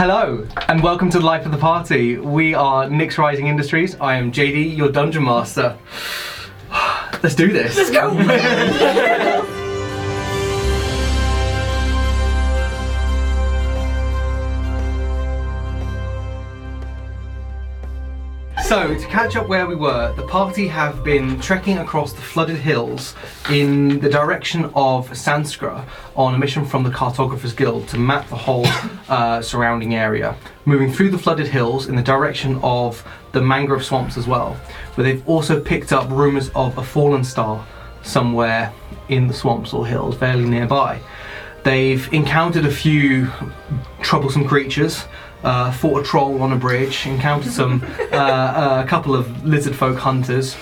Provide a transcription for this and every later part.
Hello and welcome to the life of the party. We are Nick's Rising Industries. I am JD, your dungeon master. Let's do this. Let's go. So, to catch up where we were, the party have been trekking across the flooded hills in the direction of Sanskra on a mission from the Cartographer's Guild to map the whole uh, surrounding area, moving through the flooded hills in the direction of the mangrove swamps as well, where they've also picked up rumours of a fallen star somewhere in the swamps or hills fairly nearby. They've encountered a few troublesome creatures, uh, fought a troll on a bridge, encountered some uh, uh, a couple of lizard folk hunters,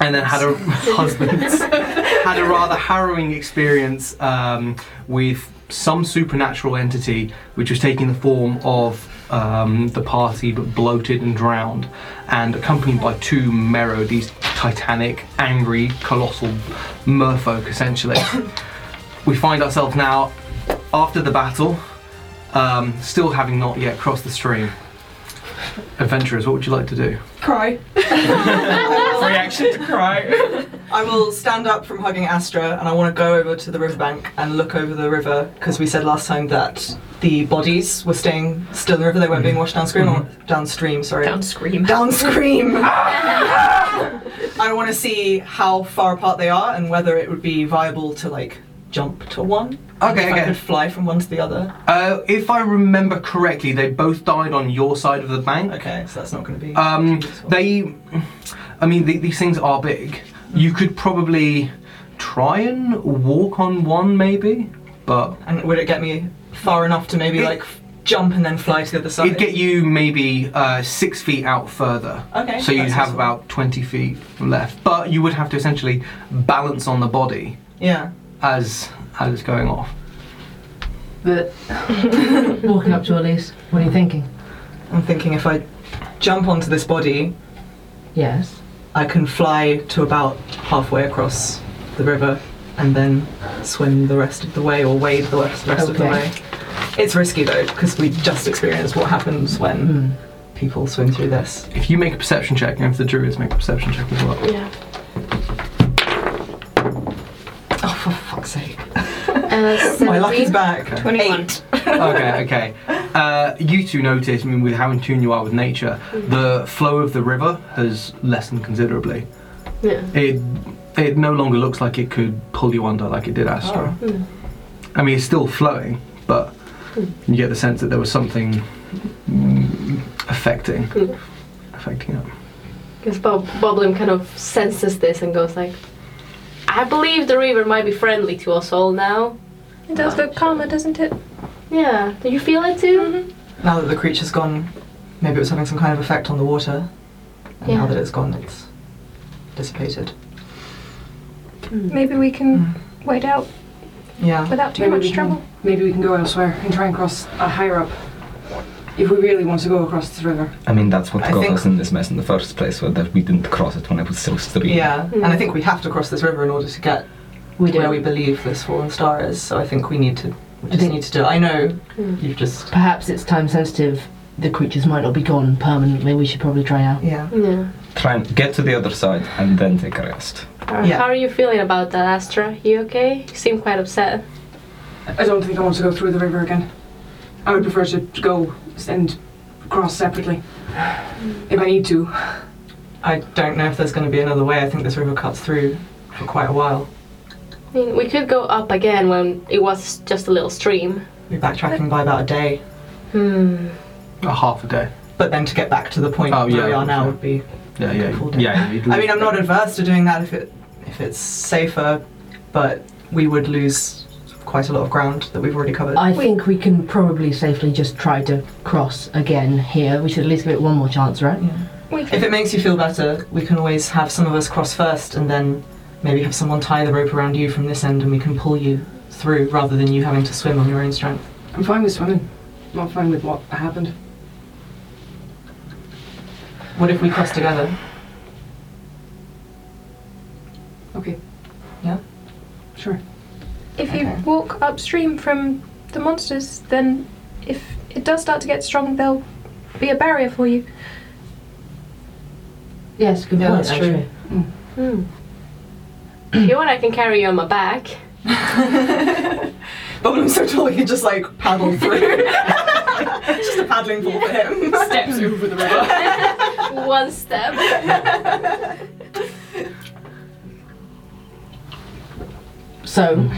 and then had a husbands had a rather harrowing experience um, with some supernatural entity, which was taking the form of um, the party, but bloated and drowned, and accompanied by two Mero, these titanic, angry, colossal merfolk, essentially. we find ourselves now after the battle, um, still having not yet crossed the stream. Adventurers, what would you like to do? Cry. Reaction to cry. I will stand up from hugging Astra and I want to go over to the riverbank and look over the river because we said last time that the bodies were staying still in the river, they weren't being washed downstream. Or downstream, sorry. Don't scream. downstream! I want to see how far apart they are and whether it would be viable to like jump to one. Okay, okay. if I could fly from one to the other. Uh, if I remember correctly, they both died on your side of the bank. Okay, so that's not going to be. Um, too useful. they, I mean, the, these things are big. You could probably try and walk on one, maybe, but and would it get me far enough to maybe It- like f- jump and then fly to the other side? it'd get you maybe uh, six feet out further. Okay, So you'd that's have useful. about 20 feet left, but you would have to essentially balance on the body Yeah. as as it's going off. But walking up to Elise, what are you thinking? I'm thinking if I jump onto this body, Yes. I can fly to about halfway across the river and then swim the rest of the way or wade the rest, rest of the Okay. way. It's risky though, because we just experienced what happens when Mm. people swim through this. If you make a perception check, and if the druids make a perception check as well. Yeah. Oh, for fuck's sake. Uh, My luck is back. Okay. 21. Eight. okay, okay. Uh, you two notice, I mean, with how in tune you are with nature, the flow of the river has lessened considerably. Yeah. It it no longer looks like it could pull you under like it did Astro. Oh. Hmm. I mean, it's still flowing, but Hmm. you get the sense that there was something mm, affecting Hmm. affecting it. Because Bob Boblin kind of senses this and goes like, I believe the river might be friendly to us all now. It does look calmer, doesn't it? Yeah. Do you feel it too? Now that the creature's gone, maybe it was having some kind of effect on the water. And now Yeah. that it's gone, it's dissipated. Maybe we can wait out Yeah. without too Maybe we much can- trouble. Maybe we can go elsewhere and try and cross uh, higher up if we really want to go across this river. I mean, that's what I got think- us in this mess in the first place, was that we didn't cross it when it was still streaming. Yeah. And I think we have to cross this river in order to get We where we believe this fallen star is. So I think we need to we just think- need to do. It. I know Mm. you've just Perhaps it's time sensitive. The creatures might not be gone permanently. We should probably try out. yeah. Hmm. Yeah. Try and get to the other side and then take a rest. How- Yeah. Uh, How are you feeling about that, Astra? You okay? You seem quite upset. I don't think I want to go through the river again. I would prefer to go and cross separately if I need to. I don't know if there's going to be another way. I think this river cuts through for quite a while. I mean, we could go up again when it was just a little stream. We're backtracking by about a day, Hmm. A half a day. but then to get back to the point Oh, where we yeah, are now yeah. would be. Yeah, yeah, Full day. yeah. you'd- I mean, I'm not adverse to doing that if it if it's safer, but we would lose quite a lot of ground that we've already covered. I think we can probably safely just try to cross again here. We should at least give it one more chance, right? We If can. it makes you feel better, we can always have some of us cross first and then maybe have someone tie the rope around you from this end and we can pull you through rather than you having to swim on your own strength. I'm fine with swimming. I'm not fine with what happened. What if we cross together? Okay. Yeah? Sure. If you Okay. walk upstream from the monsters, then if it does start to get strong, there'll be a barrier for you. Yes, good Yeah, point, that's actually. Hmm. if you want, I can carry you on my back. But when Oh, I'm so tall, he can just like paddle through. It's just a paddling pool for him. Steps over the river. One step. So,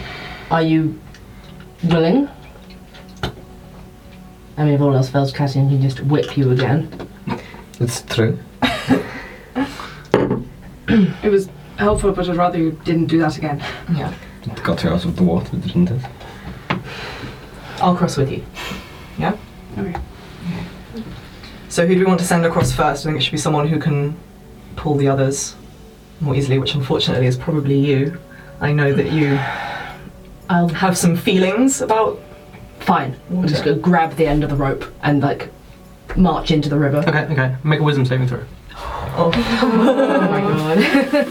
are you willing? I mean, if all else fails, Cassian can just whip you again. It's true. It was helpful, but I'd rather you didn't do that again. It got you out of the water, didn't it? I'll cross with you. Yeah? Okay. So who do we want to send across first? I think it should be someone who can pull the others more easily, which unfortunately is probably you. I know that you I'll have some feelings about. fine. We'll just go grab the end of the rope and like march into the river. Okay, okay. Make a wisdom saving throw. Oh, Oh my god.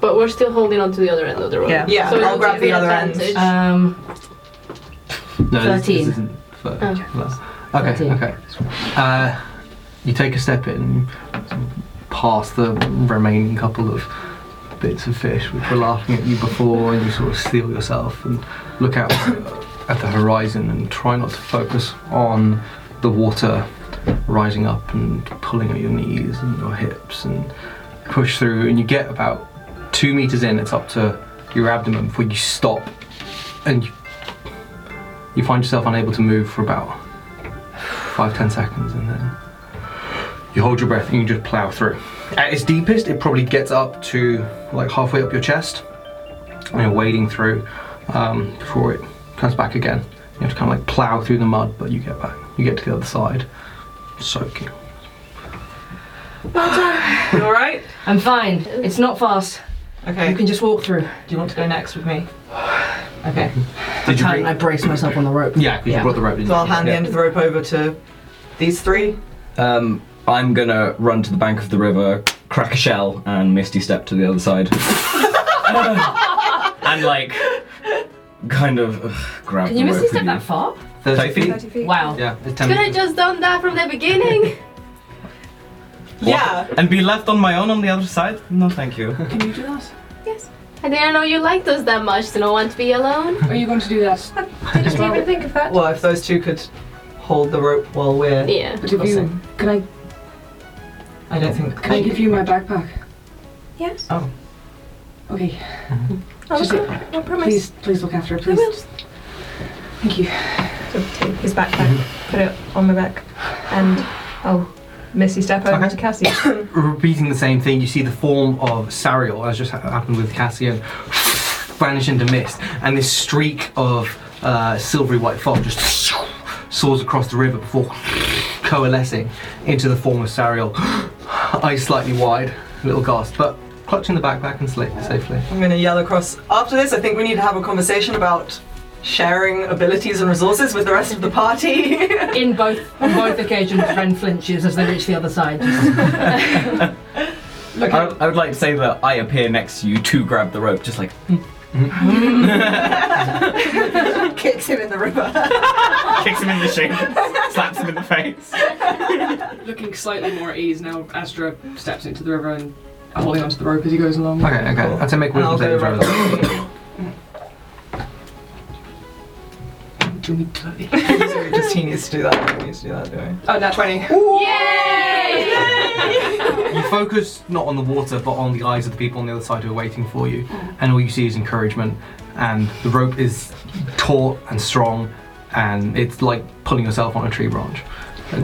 But we're still holding on to the other end of the rope. yeah, yeah. So I'll it'll grab give the you other advantage. end. um, No, this, this 13. isn't for, Oh. for that. Okay, 13. okay. Uh, you take a step in, past the remaining couple of bits of fish which were laughing at you before, and you sort of steel yourself and look out at the horizon and try not to focus on the water rising up and pulling at your knees and your hips and push through. And you get about two meters in, it's up to your abdomen before you stop and you you find yourself unable to move for about five, ten seconds, and then you hold your breath and you just plow through. At its deepest, it probably gets up to like halfway up your chest, and you're wading through um, before it comes back again. You have to kind of like plow through the mud, but you get back. You get to the other side, soaking. You all right? I'm fine. It's not fast. Okay. You can just walk through. Do you want to go next with me? Okay. Did you? I Bring, brace myself on the rope. yeah, because you brought the rope. didn't So I'll you? hand the Yeah. end of the rope over to these three. Um, I'm gonna run to the bank of the river, crack a shell, and misty step to the other side. and like, kind of ugh, grab Can you the misty rope step with that you. far? Thirty 30 feet. 30 feet. Wow. Yeah, it's ten. Could I just done that from the beginning? Yeah. And be left on my own on the other side? No, thank you. Can you do that? I didn't know you liked us that much to not want to be alone. Are you going to do that? Didn't even think of that. Well, if those two could hold the rope while we're. Yeah. But if you can I I don't think. can I give you my backpack? Yes. Oh. Okay. I'll Just- look up. No promise. Please please look after it, I please. will. Thank you. So take his backpack, put it on my back, and I'll missy step over Okay. to Cassie. repeating the same thing, you see the form of Sariel, as just ha- happened with Cassian, vanish into mist, and this streak of uh, silvery white fog just soars across the river before coalescing into the form of Sariel, eyes slightly wide, a little gasp, but clutching the backpack and sli- safely. I'm going to yell across. After this, I think we need to have a conversation about sharing abilities and resources with the rest of the party. In both on both occasions, Ren flinches as they reach the other side. Just- I, I would like to say that I appear next to you to grab the rope, just like, Kicks him in the river. Kicks him in the shin, slaps him in the face. Looking slightly more at ease now, Astra steps into the river and holding onto the rope as he goes along. Okay, okay, that's a make And I'll wisdom go saving right throw. up to you. Do me dirty. So Just he needs to do that. He needs to do that, don't Oh, not 20. You focus not on the water, but on the eyes of the people on the other side who are waiting for you, and all you see is encouragement. And the rope is taut and strong, and it's like pulling yourself on a tree branch. we?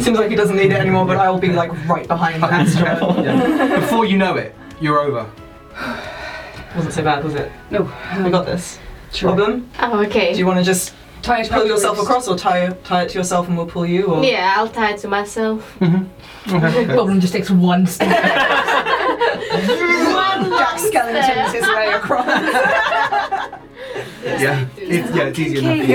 Seems like he doesn't need it anymore, but I will be like right behind Astra. Yeah. Before you know it, you're over. Wasn't so bad, was it? No. We got this. Um, Sure. Problem? Oh, okay. Do you want to just Tie it pull round yourself the waist. across, or tie tie it to yourself, and we'll pull you? Or yeah, I'll tie it to myself. Goblin just takes one step. One Jack long Skellington's step. his way across. Yeah, it's, yeah, it's easy enough.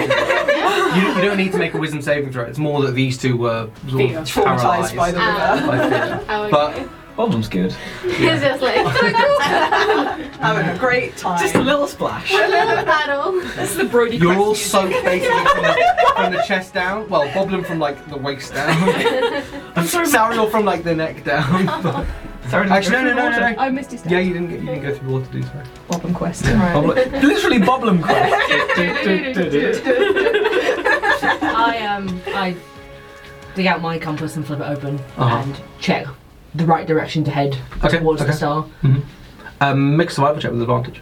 you, you don't need to make a wisdom saving throw. It's more that these two were sort of Traumatized by the river. by fear. Oh, okay. But Bobblum's good. It's just like Having a great time. Just a little splash. a little paddle. This is the Brody You're all Quest music. soaked basically from the, from the chest down. Well, Boblin from like the waist down. I'm sorry. Sariel from like the neck down. sorry didn't Actually, go through no, no, the no, no, Oh, Misty Step. Yeah, you didn't get you didn't go through water, do sorry. Bottom quest. Boblum, literally Boblum quest. water. I um I dig out my compass and flip it open Uh-huh. and check the right direction to head Okay, towards okay. the star. Um, make a survival check with advantage.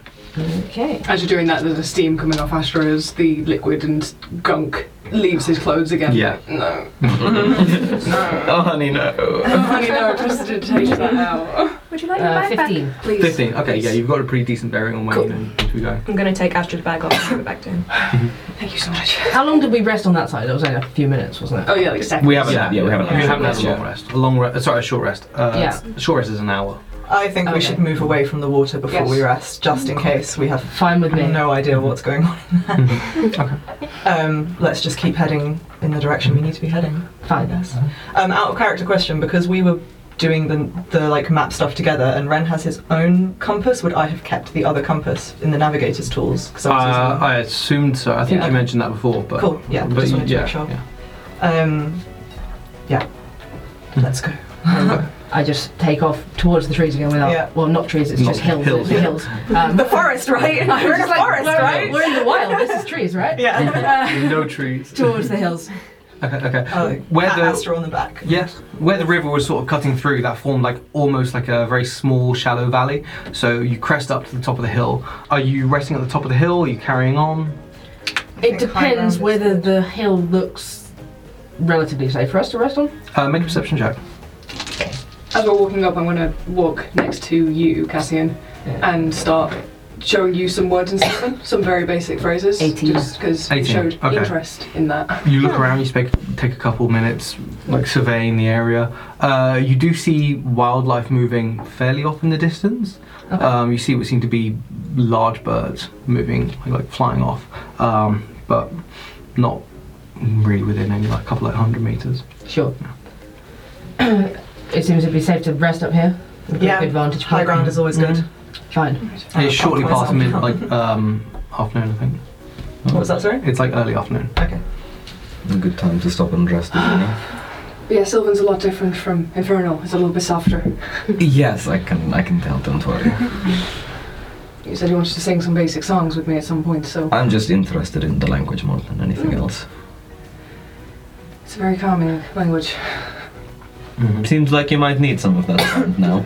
Okay. As you're doing that, there's a steam coming off Astro as the liquid and gunk leaves his clothes again. Yeah. No. Oh, honey, no. Oh, honey, no, I trusted to take that out. Would you like your Uh, bag back? Fifteen. Please. 15. Okay, yeah, you've got a pretty decent bearing on where you need to be going. I'm gonna take Astra's bag off and give it back to him. Thank you so much. How long did we rest on that side? It was only a few minutes, wasn't it? Oh, yeah, like seconds. We haven't had, yeah, we haven't You haven't had had a long rest. A long rest. Sorry, a short rest. Uh, Yeah. a Short rest is an hour. I think we Okay. should move away from the water before Yes. we rest, just in case we have Fine with me. no idea what's going on. Um, let's just keep heading in the direction we need to be heading. Fine. Um, out of character question because we were doing the, the like map stuff together, and Ren has his own compass. Would I have kept the other compass in the navigator's tools? 'Cause I was using Uh, I assumed so. I think Yeah. you mentioned that before, but Cool, yeah, but just wanted to yeah, make sure. yeah. Um, yeah. Let's go. I just take off towards the trees again without. Yeah. Well, not trees. It's Not just hills. hills, Hills. yeah. hills. Um, The forest, right? We're in a just like, forest, we're, right? We're in the wild. This is trees, right? Yeah. no trees. Towards the hills. Okay, okay. Uh, Where Pat the- Astor on the back. Yes, where the river was sort of cutting through, that formed like almost like a very small, shallow valley. So you crest up to the top of the hill. Are you resting at the top of the hill? Are you carrying on? It think high ground depends is- whether the hill looks relatively safe for us to rest on. Uh, make a perception check. As we're walking up, I'm going to walk next to you, Cassian, Yeah. and start showing you some words and stuff, then, some very basic phrases. Eighteen. Just because you Eighteen, showed okay. interest in that. You Hmm. look around. You speak, take a couple minutes, like surveying the area. Uh, you do see wildlife moving fairly off in the distance. Okay. Um, you see what seem to be large birds moving, like flying off, um, but not really within any, like a couple of hundred meters. Sure. it seems it'd be safe to rest up here. We've got a Yeah. Good vantage High point. ground is always good. Fine. Uh, it's shortly clockwise past up. mid, like um, afternoon, I think. What was that, sorry? It's like early afternoon. Okay. Good time to stop and rest, isn't it? But yeah, Sylvan's a lot different from Infernal. It's a little bit softer. Yes, I can. I can tell. Don't worry. You said you wanted to sing some basic songs with me at some point, so I'm just interested in the language more than anything else. it's a very calming language. Mm-hmm. Seems like you might need some of that now.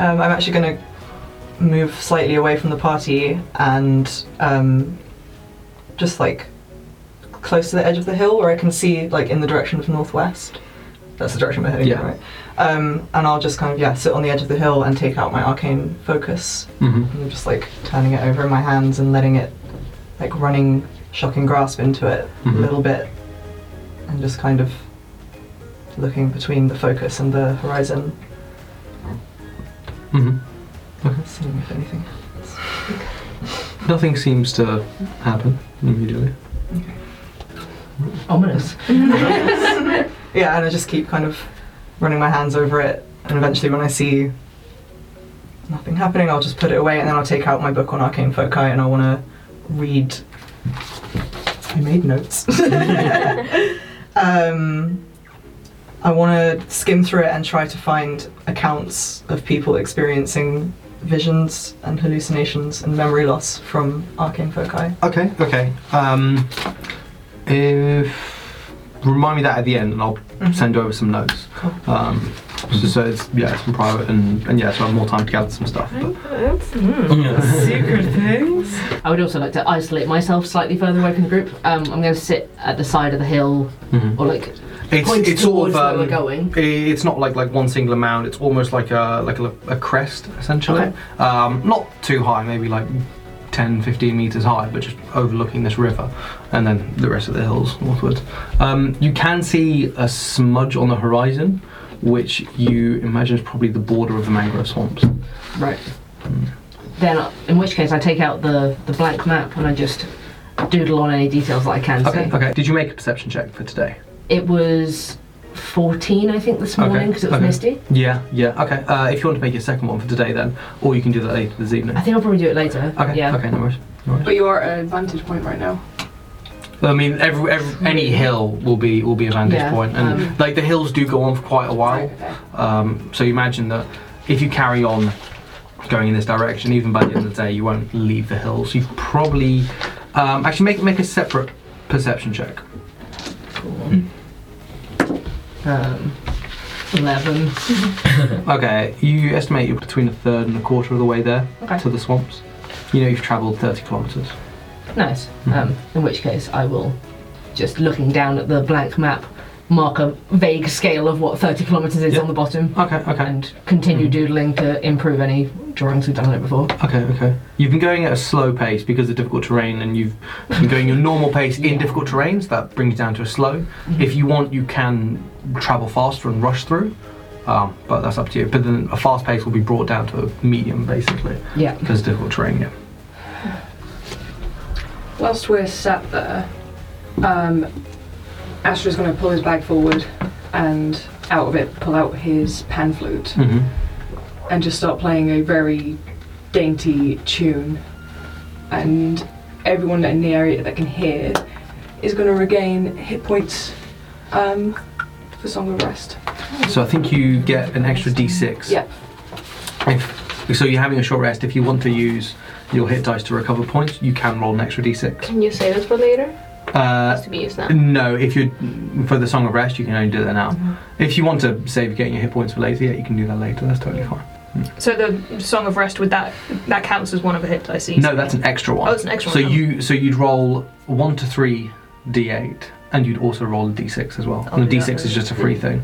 Um, I'm actually going to move slightly away from the party and um, just like close to the edge of the hill where I can see like in the direction of northwest. That's the direction we're heading, Yeah. right? Um, and I'll just kind of yeah sit on the edge of the hill and take out my arcane focus Mm-hmm. and I'm just like turning it over in my hands and letting it like running shocking grasp into it a Mhm. little bit and just kind of looking between the focus and the horizon Mm-hmm. seeing if anything Nothing seems to happen immediately. Ominous. Yeah, and I just keep kind of running my hands over it, and eventually, when I see nothing happening, I'll just put it away, and then I'll take out my book on arcane foci, and I want to read. I made notes. um, I want to skim through it and try to find accounts of people experiencing visions and hallucinations and memory loss from arcane foci. Okay, okay. Um, if remind me that at the end, and I'll send over some notes. Cool. Um, so, so it's yeah, it's in private, and, and yeah, so I have more time to gather some stuff. but- Secret things. I would also like to isolate myself slightly further away from the group. Um, I'm going to sit at the side of the hill, Mm-hmm. or like It's point it's sort towards of um, where we're going. It's not like like one singular mound. It's almost like a like a, a crest essentially. Um, not too high, maybe like 10, 15 meters high, but just overlooking this river, and then the rest of the hills northwards. Um, you can see a smudge on the horizon, which you imagine is probably the border of the mangrove swamps. Right. Then, I- in which case, I take out the the blank map and I just doodle on any details that I can Okay. see. Okay. Did you make a perception check for today? It was 14, I think, this morning because it was okay. misty. Yeah, yeah, okay. Uh, if you want to make your second one for today, then, or you can do that later this evening. I think I'll probably do it later. Okay, Yeah. okay, no worries. No worries. But you are at a vantage point right now. I mean, every, every, any hill will be will be a vantage Yeah, point, and um, like the hills do go on for quite a while. Okay. Um, so you imagine that if you carry on going in this direction, even by the end of the day, you won't leave the hills. You probably um, actually make make a separate perception check. Um, 11. Okay, you estimate you're between a third and a quarter of the way there Okay. to the swamps. You know you've travelled 30 kilometres. Nice. Um, in which case, I will, just looking down at the blank map, mark a vague scale of what 30 kilometres is Yeah. on the bottom Mm-hmm. Okay, okay. Mm-hmm. and continue doodling to improve any drawings we've done on it before. Okay, okay. You've been going at a slow pace because of difficult terrain, and you've been going your normal pace in Yeah. difficult terrains. That brings it down to a slow. Mm-hmm. If you want, you can travel faster and rush through, um, but that's up to you. But then a fast pace will be brought down to a medium, basically, Yeah. because of difficult terrain. Yeah. Whilst we're sat there, um, Astra's going to pull his bag forward and out of it pull out his pan flute Mm-hmm. and just start playing a very dainty tune. And everyone in the area that can hear is going to regain hit points um, for Song of Rest. So I think you get an extra D6. Yeah. If, so you're having a short rest. If you want to use your hit dice to recover points, you can roll an extra D6. Can you save it for later? It Uh, has to be used now. No, if you for the Song of Rest, you can only do that now. Mm-hmm. If you want to save getting your hit points for later, yeah, you can do that later. That's totally fine. So the Song of Rest would that that counts as one of the hit dice? No, that's an extra one. Oh, it's an extra so one. you so you'd roll one to three d8, and you'd also roll a d6 as well. I'll and the do that d6 is then. just a free thing.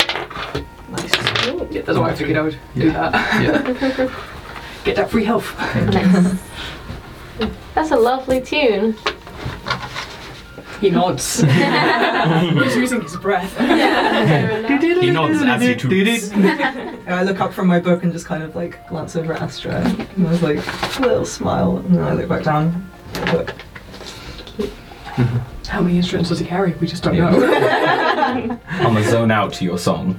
Nice. Yeah, that's why I figured I would do that. Yeah. Get that free health. Nice. That's a lovely tune. He nods. He's using his breath. Yeah. He nods as he toots. And I look up from my book and just kind of like glance over at Astra. And I was like, little smile. And then I look back down. at the Book. How many instruments does he carry? We just don't Yeah. know. I'm gonna zone out to your song,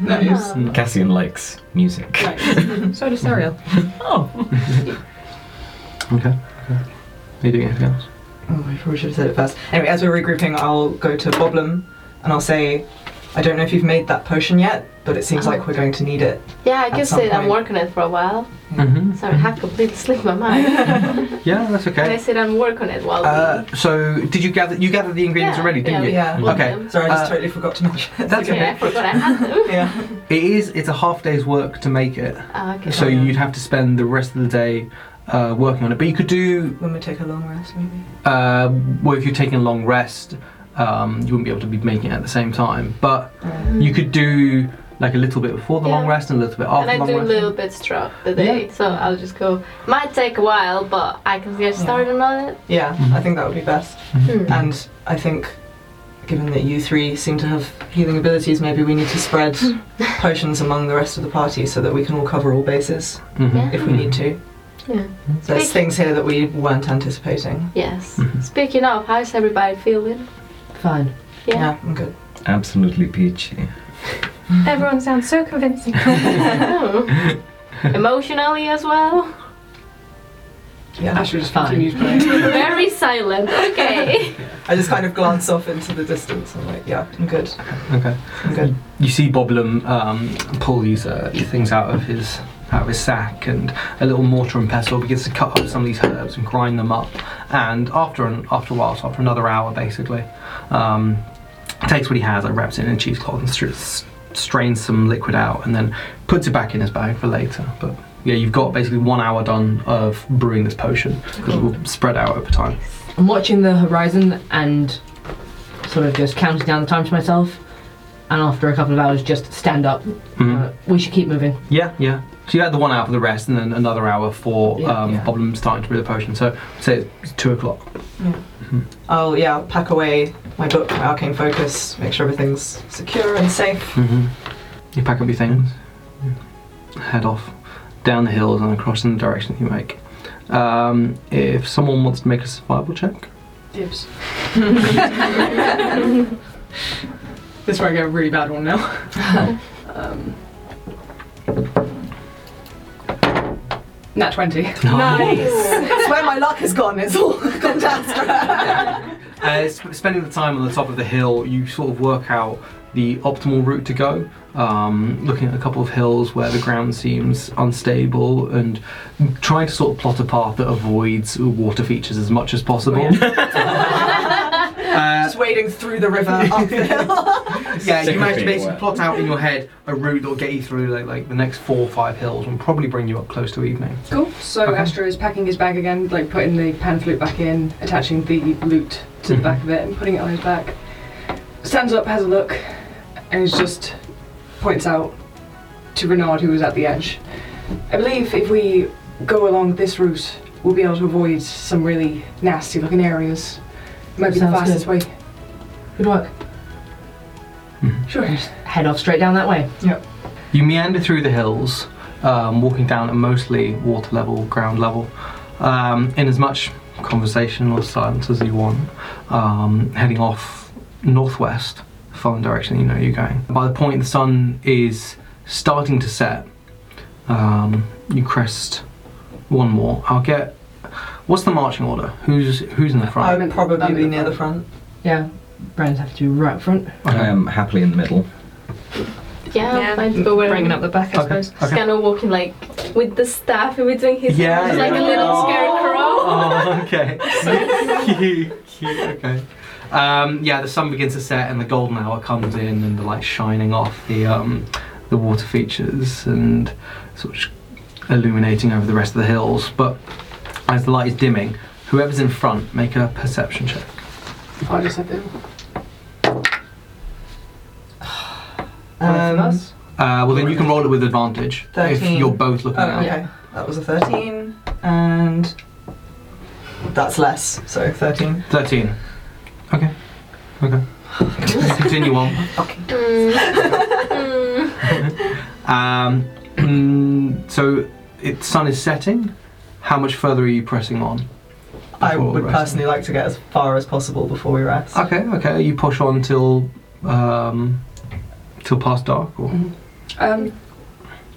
Nice. Ah. Cassian likes music. So does Ariel. Okay. Are you doing anything else? Oh, I probably should have said it first. Anyway, as we're regrouping, I'll go to Boblin and I'll say, I don't know if you've made that potion yet, but it seems like we're going to need it. Yeah, I At can some say that I'm point. working on it for a while. Mm-hmm. Sorry, I have completely slipped my mind. Yeah, that's And I okay. said I'm working on it while Uh, so did you gather you gathered the ingredients Yeah, already, didn't yeah, you? we- Yeah. we want Okay. them. Sorry, I just Uh, totally forgot to mention it. That's Yeah, I forgot I had them. Yeah. It is. It's a half day's work to make it. Ah, okay. So you'd have to spend the rest of the day uh, working on it. But you could do When we take a long rest, maybe. Uh, well, if you're taking a long rest, um, you wouldn't be able to be making it at the same time. But you could do like a little bit before the long Yeah. rest and a little bit after and I the do long rest. little bits throughout the day, so I'll just go. Might take a while, but I can get started on it. Yeah, Mhm. I think that would be best. Hmm. And I think, given that you three seem to have healing abilities, maybe we need to spread potions among the rest of the party so that we can all cover all bases Mhm. Yeah. if we need to. Yeah. There's Speak- things here that we weren't anticipating. Yes. Speaking of, how's everybody feeling? Fine. Yeah. I'm good. Absolutely peachy. Everyone sounds so convincing. Oh. Emotionally as well. Yeah. Astra just Fine. continues playing. Very silent. Okay. I just kind of glance off into the distance. I'm like, yeah, I'm good. Okay. I'm good. You see Boblum um, pull these uh, things out of his out of his sack, and a little mortar and pestle begins to cut up some of these herbs and grind them up. And after an, after a while, so after another hour, basically, um, takes what he has, like wraps it in a cheesecloth, and str- s- strains some liquid out, and then puts it back in his bag for later. But yeah, you've got basically one hour done of brewing this potion because it will spread out over time. I'm watching the horizon and sort of just counting down the time to myself. And after a couple of hours, just stand up. Mhm. Uh, we should keep moving. Yeah, yeah. So you had the one hour for the rest, and then another hour for Yeah, um, yeah. Boblin starting to brew the potion. So say it's two o'clock. I'll, yeah, pack away my book, my arcane focus, make sure everything's secure and safe. Mm-hmm. You pack up your things, head off down the hills and across in the direction you make. Um, if someone wants to make a survival check, Dibs. This is where I get a really bad one now. um, nat 20. It's where my luck has gone. It's all gone down. Uh, sp- spending the time on the top of the hill, you sort of work out the optimal route to go. Um, looking at a couple of hills where the ground seems unstable and trying to sort of plot a path that avoids water features as much as possible. Oh, Uh, Just wading through the river up the hill. yeah, you Sick of manage to being basically wet. plot out in your head a route that'll get you through like, like the next four or five hills and probably bring you up close to evening. Cool. So Okay. Astro is packing his bag again, like putting the pan flute back in, attaching the loot to the back of it, and putting it on his back. Stands up, has a look, and he's just points out to Renard, who was at the edge. I believe if we go along this route, we'll be able to avoid some really nasty looking areas. Might be the Sounds fastest way. Good work. Sure. Head off straight down that way. You meander through the hills, um, walking down at mostly water level, ground level, um, in as much conversation or silence as you want, um, heading off northwest, following the direction you know you're going. By the point the sun is starting to set, um, you crest one more. I'll get. What's the marching order? Who's who's in the front? I'd probably be near the front. Yeah. Brands have to be right up front. I am happily in the middle. Yeah, Yeah. I'm fine to go where Bringing up the back, I Okay, suppose. He's okay. kind of walking like with the staff and we're doing his Yeah, he's like yeah. a little Oh. scarecrow. Oh, okay. cute, cute, okay. Um, yeah, the sun begins to set and the golden hour comes in and the light's shining off the um, the water features and sort of illuminating over the rest of the hills. But as the light is dimming, whoever's in front, make a perception check. I just have to. Both of Um, us. Uh, well, then you can roll it with advantage if Thirteen. you're both looking oh, out. okay. That was a 13, and that's less, so 13. 13. Okay. Okay. Continue on. Mm. Mm. Um, mm, so, it, sun is setting. How much further are you pressing on? I Before would resting? personally like to get as far as possible before we rest. Okay, okay. You push on till um, till past dark, or Um,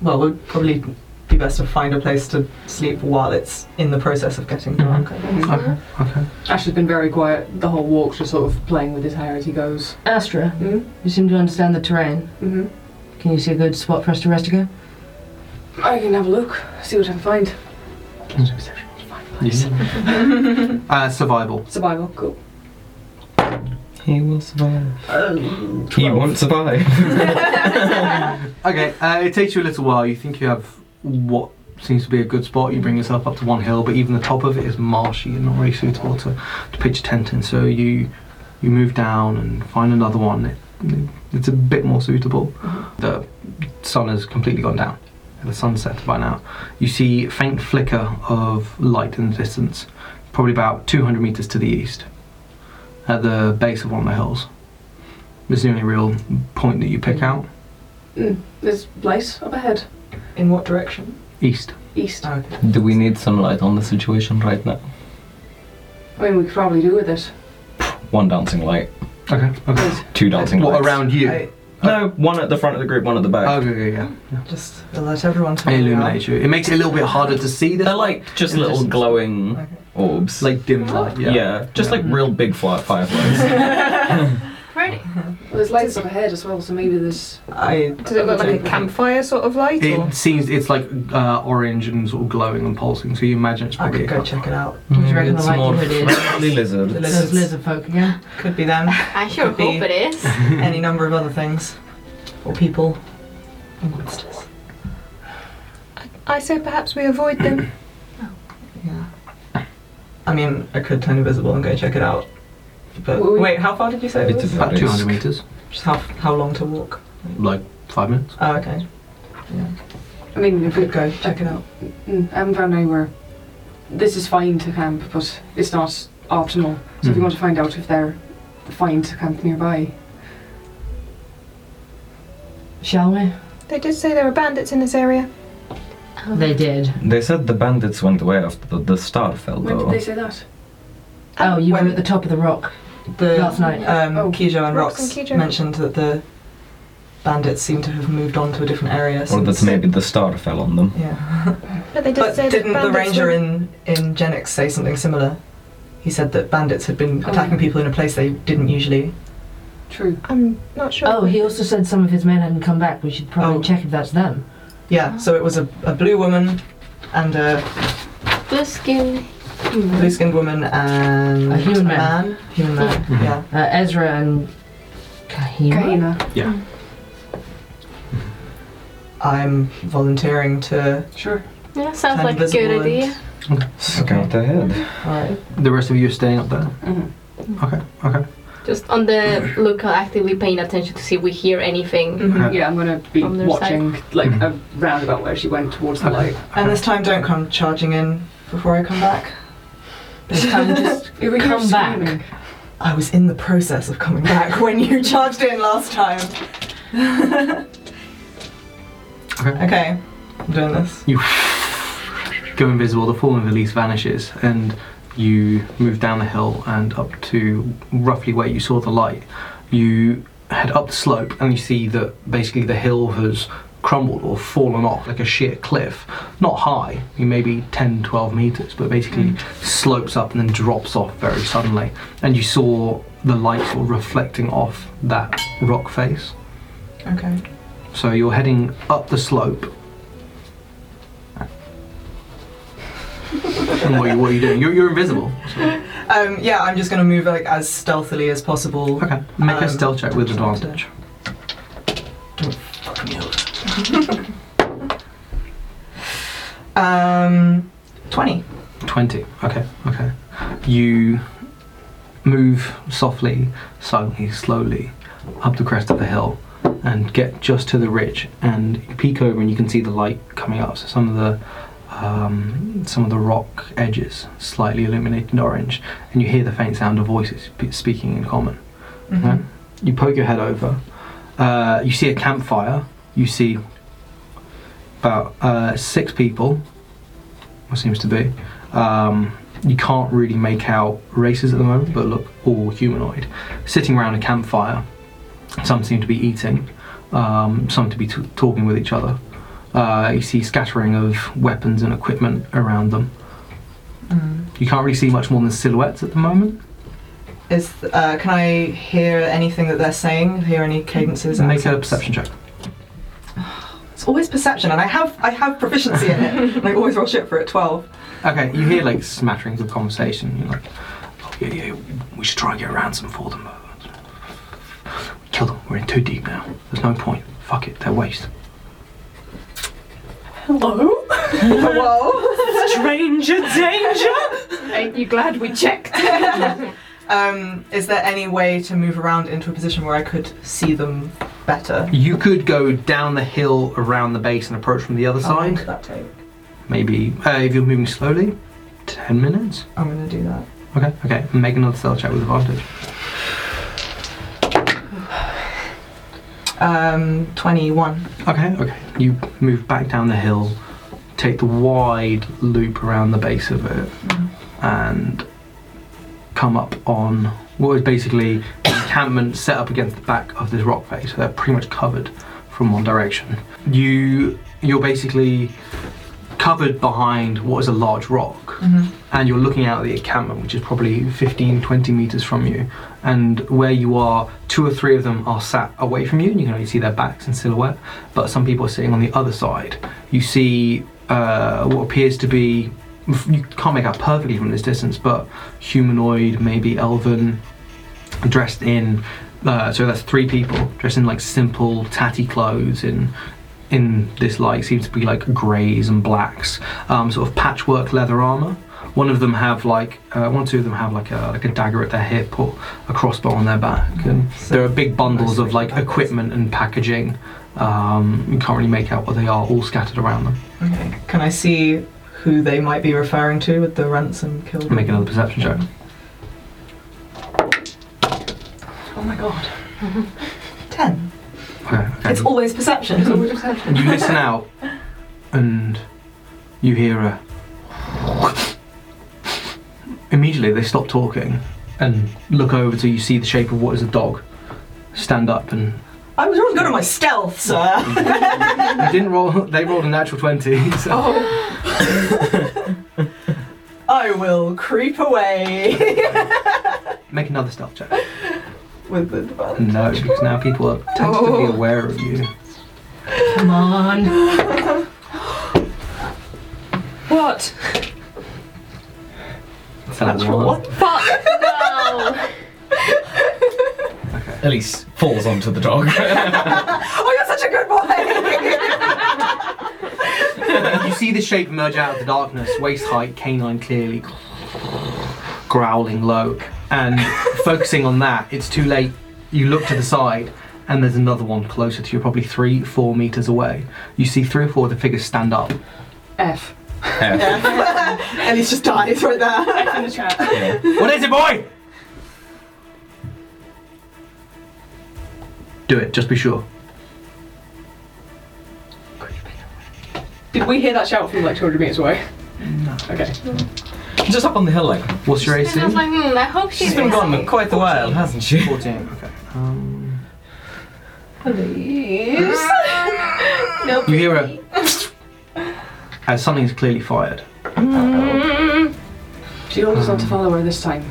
Well, it would probably be best to find a place to sleep while it's in the process of getting Mm-hmm. dark. Mm-hmm. okay, okay. Ash has been very quiet the whole walk, just sort of playing with his hair as he goes. Astra, Mm-hmm. you seem to understand the terrain. Mm-hmm. Can you see a good spot for us to rest again? I can have a look, see what I can find. Uh, survival. Survival, cool. He will survive. He won't survive. Okay, uh, it takes you a little while. You think you have what seems to be a good spot. You bring yourself up to one hill, but even the top of it is marshy and not really suitable to, to pitch a tent in. So you you move down and find another one. It, it's a bit more suitable. The sun has completely gone down. The sun's set by now. You see faint flicker of light in the distance, probably about 200 meters to the east, at the base of one of the hills. It's the only real point that you pick out. There's lights up ahead, In what direction? East. east. Oh, okay. Do we need some light on the situation right now? I mean, we could probably do with it. One dancing light, Okay. Okay. two dancing What lights. around you? I No, one at the front of the group, one at the back. Oh, okay, okay, yeah. just alert everyone to It where we are. illuminates you. It makes it a little bit harder to see. The They're like just It's little just- glowing Okay. orbs. like dim light. yeah. Yeah. just like real big fly- fireflies. Right. Well, there's lights up ahead as well, so maybe there's. I Does it look like a campfire sort of light? or? It seems it's like uh, orange and sort of glowing and pulsing. So you imagine it's I probably. could go check it out. Would you reckon it's the more likelihood is- friendly lizard. Those Lizards. lizard folk again. Could be them. I sure Could be. hope it is. Any number of other things. Or people. Or monsters. I say perhaps we avoid them. Yeah. I mean, I could turn invisible and go check it out. But Well, we- wait, how far did you say it It's was? a- About 200 meters, Just how, how long to walk? like five minutes. Oh, okay. I mean, if we Could go check it out. Mm, I haven't found anywhere. This is fine to camp, but it's not optimal. So if Mhm. you want to find out if they're fine to camp nearby, Shall we? They did say there were bandits in this area. They did. They said the bandits went away after the, the star fell, when though. did they say that? Oh, you were When- at the top of the rock. the Last night. Um, Oh, Kijo and Rox Rox, and Kijo. mentioned that the bandits seem to have moved on to a different area. Or since- that maybe the star fell on them. Yeah. But they did But say didn't that the bandits ranger were- in in Genix say something similar? He said that bandits had been Oh. attacking people in a place they didn't usually. True. I'm not sure. Oh, he also said some of his men hadn't come back. We should probably Oh. check if that's them. Yeah, so it was a, a blue woman and a Blue skin. blue skinned woman and A human man. Human man, Mhm. yeah. Uh, Ezra and Kahima. Kaina. I'm volunteering to. Sure. Yeah, sounds Kind like of a visible good and- idea. Scout ahead. Alright. The rest of you are staying up there. Mhm. Okay. Okay. Just on the lookout, actively paying attention to see if we hear anything. Mm-hmm. Okay. Yeah, I'm gonna be From their watching like around about where she went towards the Okay. light. And this time, don't come charging in before I come back. This time just Here we go, come screaming. back. I was in the process of coming back when you charged in last time. Okay. Okay, I'm doing this. You go invisible. The form of Elise vanishes, and you move down the hill and up to roughly where you saw the light. You head up the slope, and you see that basically the hill has crumbled or fallen off like a sheer cliff. Not high, maybe 10, 12 meters, but basically slopes up and then drops off very suddenly. And you saw the light sort of reflecting off that rock face. Okay. So you're heading up the slope. and what are, you, what are you doing? You're, you're invisible. so- Um, yeah, I'm just gonna move like as stealthily as possible. Okay. Make a Um, stealth check with advantage. Um, twenty. 20. Okay, okay. You move softly, silently, slowly up the crest of the hill and get just to the ridge and you peek over and you can see the light coming up. So some of the um, some of the rock edges slightly illuminated orange and you hear the faint sound of voices spe- speaking in common. Mm-hmm. Right? You poke your head over. Uh, you see a campfire. You see about uh, six people. What seems to be. Um, you can't really make out races at the moment, but look all humanoid, sitting around a campfire. Some seem to be eating. Um, some to be t- talking with each other. Uh, you see scattering of weapons and equipment around them. Mm. You can't really see much more than silhouettes at the moment. Is uh, can I hear anything that they're saying? Hear any cadences? and Make a accents? perception check. It's always perception, and I have I have proficiency in it, and I always roll shit for it. Twelve. Okay, you hear like smatterings of conversation. You're like, oh, yeah, yeah, we should try and get a ransom for them. Kill them. We're in too deep now. There's no point. Fuck it. They're waste. Hello? Whoa. Stranger danger? Ain't you glad we checked? Um, is there any way to move around into a position where I could see them better? You could go down the hill around the base and approach from the other How side. long did that take? Maybe uh, if you're moving slowly, ten minutes. I'm gonna do that. Okay, okay. Make another stealth check with advantage. Um, twenty-one. Okay, okay. You move back down the hill, take the wide loop around the base of it, Mm-hmm. and come up on what is basically an encampment set up against the back of this rock face. So they're pretty much covered from one direction. You you're basically covered behind what is a large rock and you're looking out at the encampment, which is probably 15, 20 meters from you. And where you are, two or three of them are sat away from you, and you can only see their backs in silhouette. But some people are sitting on the other side. You see uh, what appears to be, you can't make out perfectly from this distance, but humanoid, maybe elven, dressed in. Uh, so that's three people dressed in like simple tatty clothes in in this light seems to be like greys and blacks, um, sort of patchwork leather armor. One of them have like uh, one, or two of them have like a like a dagger at their hip or a crossbow on their back, and So- there are big bundles of Nice. like equipment and packaging. Um, you can't really make out what they are, all scattered around them. Okay. Can I see who they might be referring to with the ransom killed? Make another perception check. Oh my god. Ten. Okay, okay. It's always perception. And you listen out, and you hear a. Immediately, they stop talking and look over till you see the shape of what is a dog stand up and I was really good at my stealth, sir. you didn't roll they rolled a natural 20 so Oh. I will creep away make another stealth check with the button. no because now people are tentatively Oh. aware of you Come on. What? Natural one. Fuck! No! Elise falls onto the dog. Oh, you're such a good boy. you see the shape emerge out of the darkness, waist height, canine clearly, growling low, and focusing on that, it's too late. You look to the side, and there's another one closer to you, probably three, four meters away. You see three or four of the figures stand up. F. Yeah. and he just dies right there. F in the chat. Yeah. What is it, boy? Do it, just be sure. Did we hear that shout from like 200 meters away? No. Okay. Just up on the hill, like. What's your AC? And I was like, hmm, I hope she's She's been gone quite a while, hasn't she? 14, okay. Um, Please. Nope. you hear a. as something is Uh, clearly fired. She orders not to follow her this time.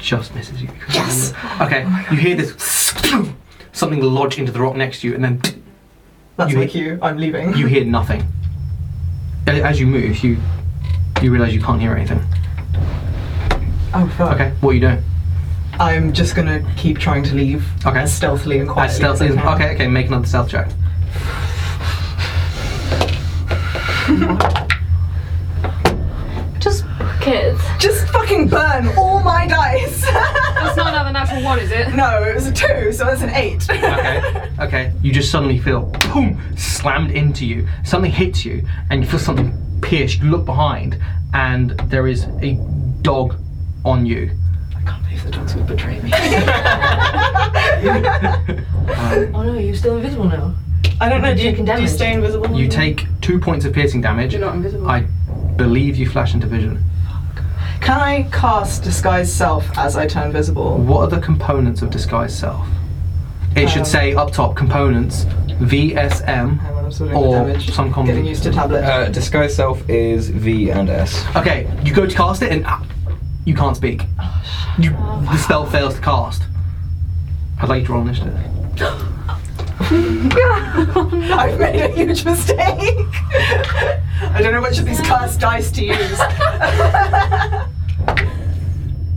just misses you. Yes. Okay. Oh you hear this something lodge into the rock next to you, and then That's You- my cue. I'm leaving. you hear nothing. A- As you move, you you realise you can't hear anything. Oh fuck. Okay. What are you doing? I'm just gonna keep trying to leave Okay. as stealthily and That's quietly. stealth. as I Isn't, can. okay. Okay. Make another stealth check. Just kids. Just fucking burn all my dice. That's not another natural one, is it? no, it was a two, so that's an eight. Okay. Okay. You just suddenly feel boom slammed into you. Something hits you, and you feel something pierce. You look behind, and there is a dog on you. I can't believe the dogs would betray me. Um, Oh no, you're still invisible now. I don't know. Do you, Taking do you damage. stay invisible? You take two points of piercing damage. You're not invisible. I believe you flash into vision. Can I cast disguise self as I turn visible? What are the components of disguise self? It Um, should say up top components VSM Hang on, I'm still doing the or damage. some Getting combi. used to tablet. Uh, disguise self is V and S. Okay, you go to cast it and ah, you can't speak. You, the spell fails to cast. I'd like you to roll initiative. I've made a huge mistake. I don't know which of these cursed dice to use.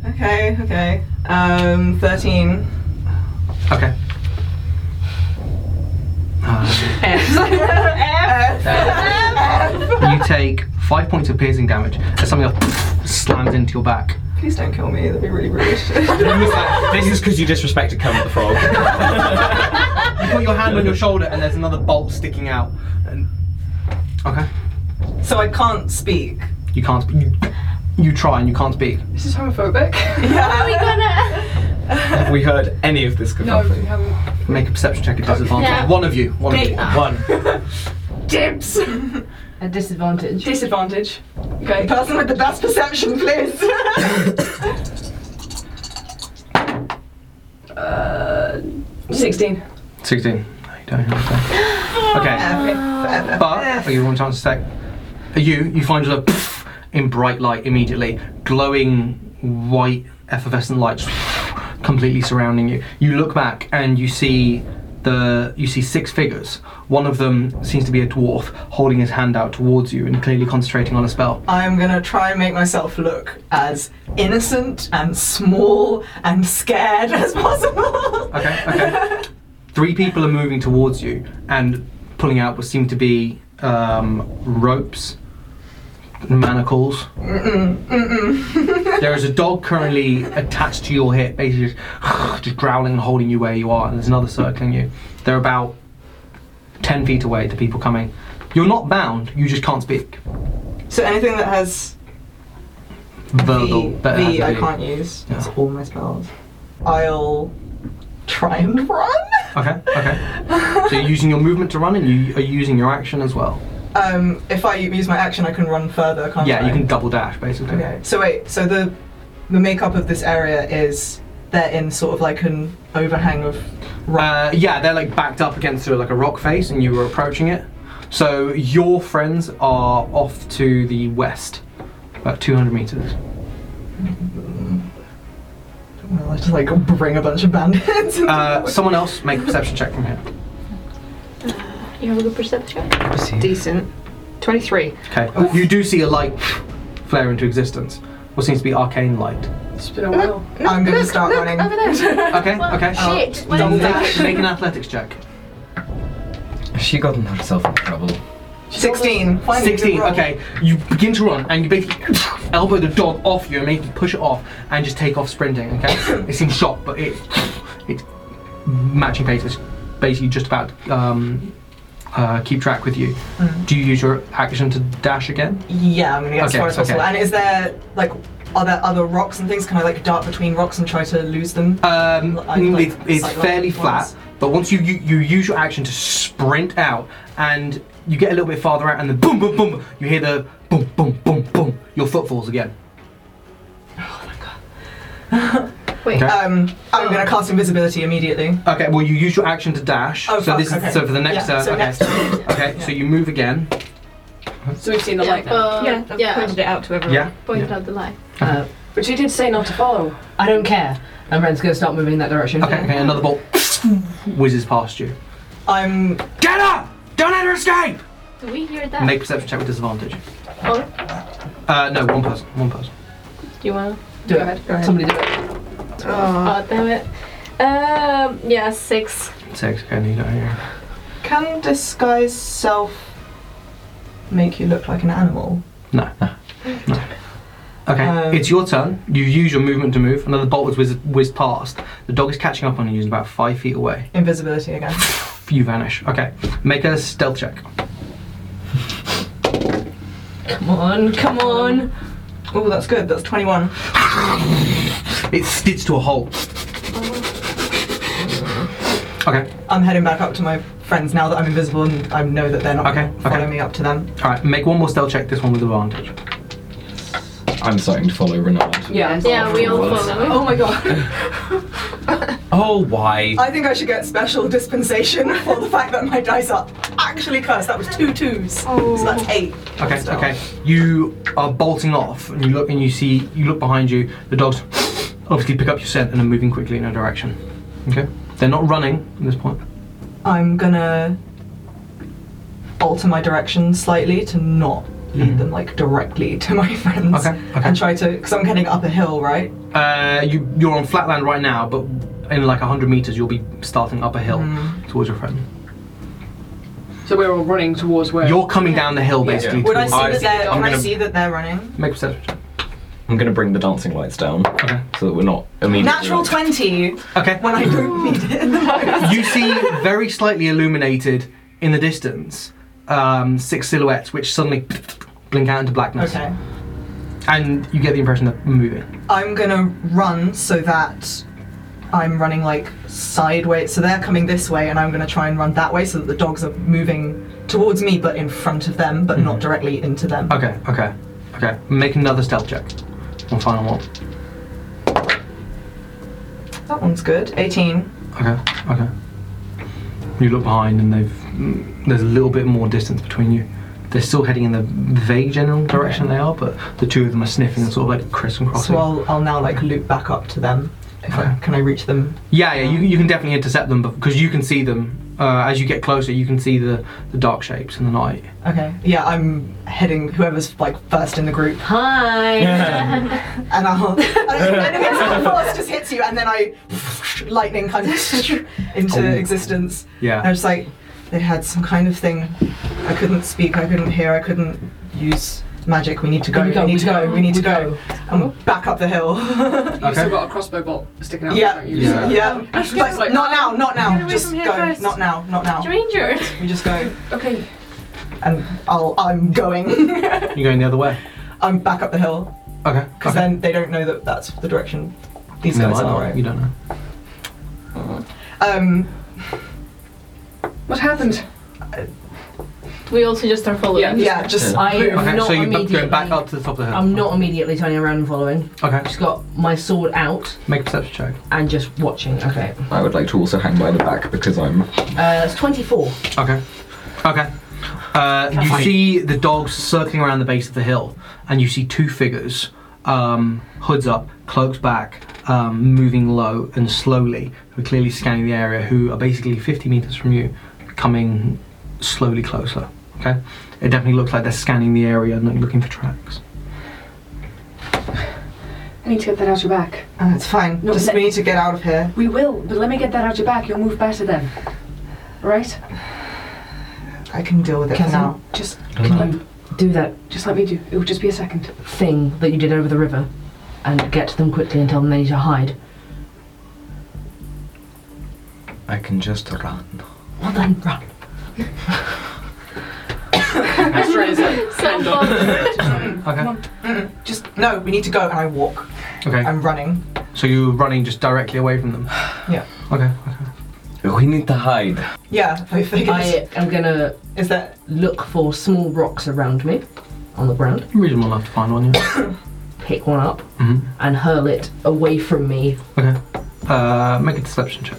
okay, okay. Um, thirteen. Okay. Uh, you take five points of piercing damage as something else slams into your back. Please don't kill me. That'd be really rude. this is because you disrespected Kermit the Frog. You put your hand on your shoulder and there's another bolt sticking out. And, okay. so I can't speak. You can't. sp- You, you try and you can't speak. This is homophobic. Are we gonna? Have we heard any of this no, cacophony? we Um, haven't. Make a perception check at disadvantage. Yeah. One of you. One of you. One. Dibs. A disadvantage. Disadvantage. Okay. Person with the best perception, please. Uh, 16. Sixteen. No, you don't have that. Okay. But are you one chance to sec? You you find yourself pff, in bright light immediately, glowing white effervescent lights completely surrounding you. You look back and you see the you see six figures. One of them seems to be a dwarf holding his hand out towards you and clearly concentrating on a spell. I'm gonna try and make myself look as innocent and small and scared as possible. Okay, okay. Three people are moving towards you and pulling out what seem to be um, ropes, manacles. Mm-mm, mm-mm. There is a dog currently attached to your hip, basically just, just growling and holding you where you are, and there's another circling you. They're about 10 feet away, the people coming. You're not bound, you just can't speak. so anything that has Verbal, V, but it has V to I be. can't use. That's all my spells. I'll try and run. Okay, okay. So you're using your movement to run, and you are using your action as well. Um, if I use my action, I can run further, can't I? Yeah, you can double dash basically. Okay. So wait. So the the makeup of this area is they're in sort of like an overhang of Uh, yeah, they're like backed up against a, like a rock face, and you were approaching it. So your friends are off to the west, about 200 meters. well, I just like bring a bunch of bandits. and- Uh, someone else make a perception check from here. You have a good perception. Decent. 23. Okay. You do see a light flare into existence. What seems to be arcane light. It's been a while. I'm gonna start running. Over there. Okay. Okay. Shit. Uh, Where's make, that? make an athletics check. She gotten herself in trouble. Sixteen. Finally, good 16. roll. Okay. You begin to run, and you basically elbow the dog off you and make it push it off, and just take off sprinting. Okay. it seems shocked, but it it's matching pace. It's basically just about um, uh, keep track with you. Mm. Do you use your action to dash again? Yeah, I'm gonna get Okay, as far as okay. possible. And is there like are there other rocks and things? Can I like dart between rocks and try to lose them? Um, Like, like, it- it's like, fairly like, flat, once. but once you, you you use your action to sprint out, and you get a little bit farther out, and then boom, boom, boom, you hear the boom, boom, boom, boom. Your footfalls again. Wait. Okay. Um, I'm gonna cast invisibility immediately. Okay, well you use your action to dash. Oh, so fuck, this is okay. so for the next Yeah, turn. so okay. next turn. okay, so you move again. So we've seen the Yeah, light now. uh, yeah, I've yeah, pointed it out to everyone. Yeah. pointed out the light. Uh, But you did say not to follow. I don't care. And Ren's gonna start moving in that direction. Okay, okay, another ball whizzes past you. I'm Get up! Don't let her escape! Do we hear that? Make perception check with disadvantage. Or- Uh, no, one person, one person. do you wanna? Do it. Somebody do it. uh, Oh, damn it. Um, yeah, six. Six. Okay, no, you don't hear. Can disguise self make you look like an animal? No. No. Okay, Um, it's your turn. You use your movement to move. Another bolt is whizzed, whizzed past. The dog is catching up on you. He's about five feet away. Invisibility again. You vanish. Okay, make a stealth check. Come on, come on. Oh, that's good. That's 21. It skids to a halt. Okay, I'm heading back up to my friends now that I'm invisible and I know that they're not Okay, gonna follow okay. me up to them. all right. Make one more stealth check. This one with advantage. I'm starting to follow Renard. Yeah. Yeah, we all follow. Oh my god. Oh, why? I think I should get special dispensation for the fact that my dice are actually cursed. That was two twos. So that's Oh. eight. Okay, Stealth. okay. You are bolting off, and you look and you see. You look behind you. The dogs obviously pick up your scent and are moving quickly in a direction. Okay, they're not running at this point. I'm gonna alter my direction slightly to not lead them like directly to my friends. Mm-hmm. Okay, okay. And try to, because I'm heading up a hill, right? Uh, you, you're on flat land right now, but in like 100 meters, you'll be starting up a hill Mm-hmm. towards your friend. So we're all running towards where. You're coming down the hill basically. Would I see I- that they're? I'm Can I gonna- see that they're running? Make a perception check. I'm gonna bring the dancing lights down Okay. so that we're not immediately. Natural twenty Okay. when I don't need it. you see very slightly illuminated in the distance um, six silhouettes which suddenly blink out into blackness. okay, And you get the impression they're moving. I'm gonna run so that I'm running like sideways. So they're coming this way, and I'm gonna try and run that way so that the dogs are moving towards me, but in front of them, but not directly into them. Mm-hmm. Okay, okay, okay. Make another stealth check. One final one. That one's good. Eighteen. Okay, okay. You look behind, and they've mm, there's a little bit more distance between you. They're still heading in the vague general direction they are, but the two of them are sniffing and sort of like criss and crossing. So I'll, I'll now like loop back up to them. If I, can I reach them? yeah, yeah. You, you can definitely intercept them because you can see them uh, as you get closer. You can see the the dark shapes in the night. Okay. Yeah, I'm heading whoever's like first in the group, Hi. and I'll. And and if it's not fast, just hits you, and then I lightning kind of into existence. And I'm Yeah. just like, they had some kind of thing. I couldn't speak. I couldn't hear. I couldn't use magic. We need to go. We, We go, need we to go. go, We need to we go. And back up the hill. You've still Okay. got a crossbow bolt sticking out. yeah. don't you? Yeah. Yeah. Let's But go. Like, not now. Not now. away Just from here go. first. Not now. Not now. Stranger. We just go. Okay. and I'll, I'm going. You're going the other way. I'm back up the hill Okay. because okay. then they don't know that that's the direction these No, guys I don't- are. Um, You Right? don't know. Um, What happened? We also just are following. Yeah. Yeah, just- I am okay, not so you're bu- immediately- going back up to the top of the hill. I'm not immediately turning around and following. Okay. Just got my sword out Make a perception check. and just watching. Okay. I would like to also hang by the back because I'm. Uh, it's 24. Okay. Okay. Uh, you see the dogs circling around the base of the hill, and you see two figures, um, hoods up, cloaks back, um, moving low and slowly, who are clearly scanning the area, who are basically 50 meters from you, coming slowly closer. Okay? It definitely looks like they're scanning the area and like, looking for tracks. I need to get that out your back. Uh, it's fine. No, just let- we need to get out of here. We will, but let me get that out your back. You'll move better then. Right? I can deal with it Can for now. Just Can you do that just let me do. It will just be a second. thing that you did over the river and get to them quickly and tell them they need to hide? I can just run. Well then, run. So far. Okay. Just no. We need to go, and I walk. Okay. I'm running. So you're running just directly away from them? Yeah. Okay. We need to hide. Yeah. I figured. I am gonna is that look for small rocks around me on the ground, Reasonable enough to find one, yeah. pick one up, hmm and hurl it away from me. Okay. Uh, make a deception check.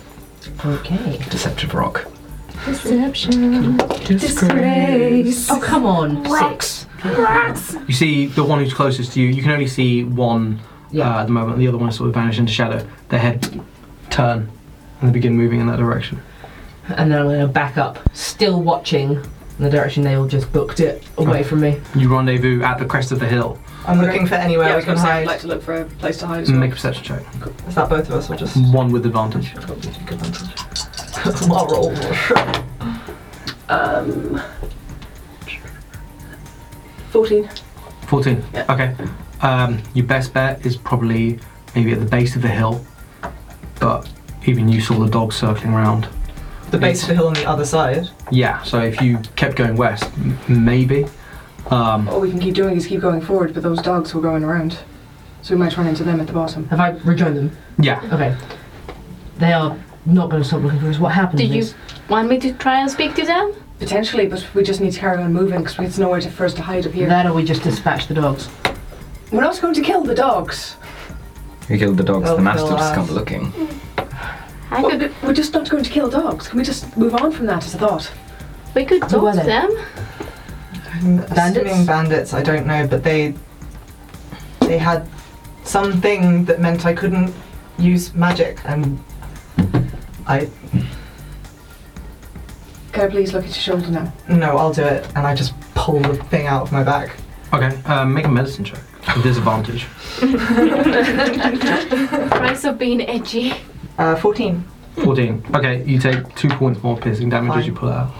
Okay. Deceptive rock. Deception. Disgrace. Oh, come on. Six. You see the one who's closest to you. You can only see one uh, Yeah. at the moment. The other one has sort of vanished into shadow. Their head turn and they begin moving in that direction. and then I'm gonna back up, still watching in the direction they all just booked it away from me. You rendezvous at the crest of the hill. I'm looking for anywhere we can hide. to look for a place to hide Mm, Make a perception check. Is that both of us or just? One with advantage. I'll roll. Um, 14. Fourteen. Okay. Um, your best bet is probably maybe at the base of the hill, but even you saw the dog circling around. The base of the hill on the other side. Yeah. So if you kept going west, m- maybe. Um, All we can keep doing is keep going forward, but those dogs were going around. So we might run into them at the bottom. Have I rejoined them? yeah. Okay. They are not going to stop looking for us. What happened? Do you is- want me to try and speak to them? Potentially, but we just need to carry on moving because there's nowhere to, for us to hide up here. That or we just dispatch the dogs? We're not going to kill the dogs. You killed the dogs, Oh, the they'll mastiffs ask. come looking. I could. We're just not going to kill dogs. Can we just move on from that as a thought? We could Who talk are to they? them. I'm assuming Bandits? bandits. I don't know, but they they had something that meant I couldn't use magic, and I Can I please look at your shoulder now? no, I'll do it, and I just pull the thing out of my back. Okay. Um, make a medicine check. With disadvantage. Price of being edgy. Uh, Fourteen. 14. Okay, you take two points more piercing damage as you pull it out.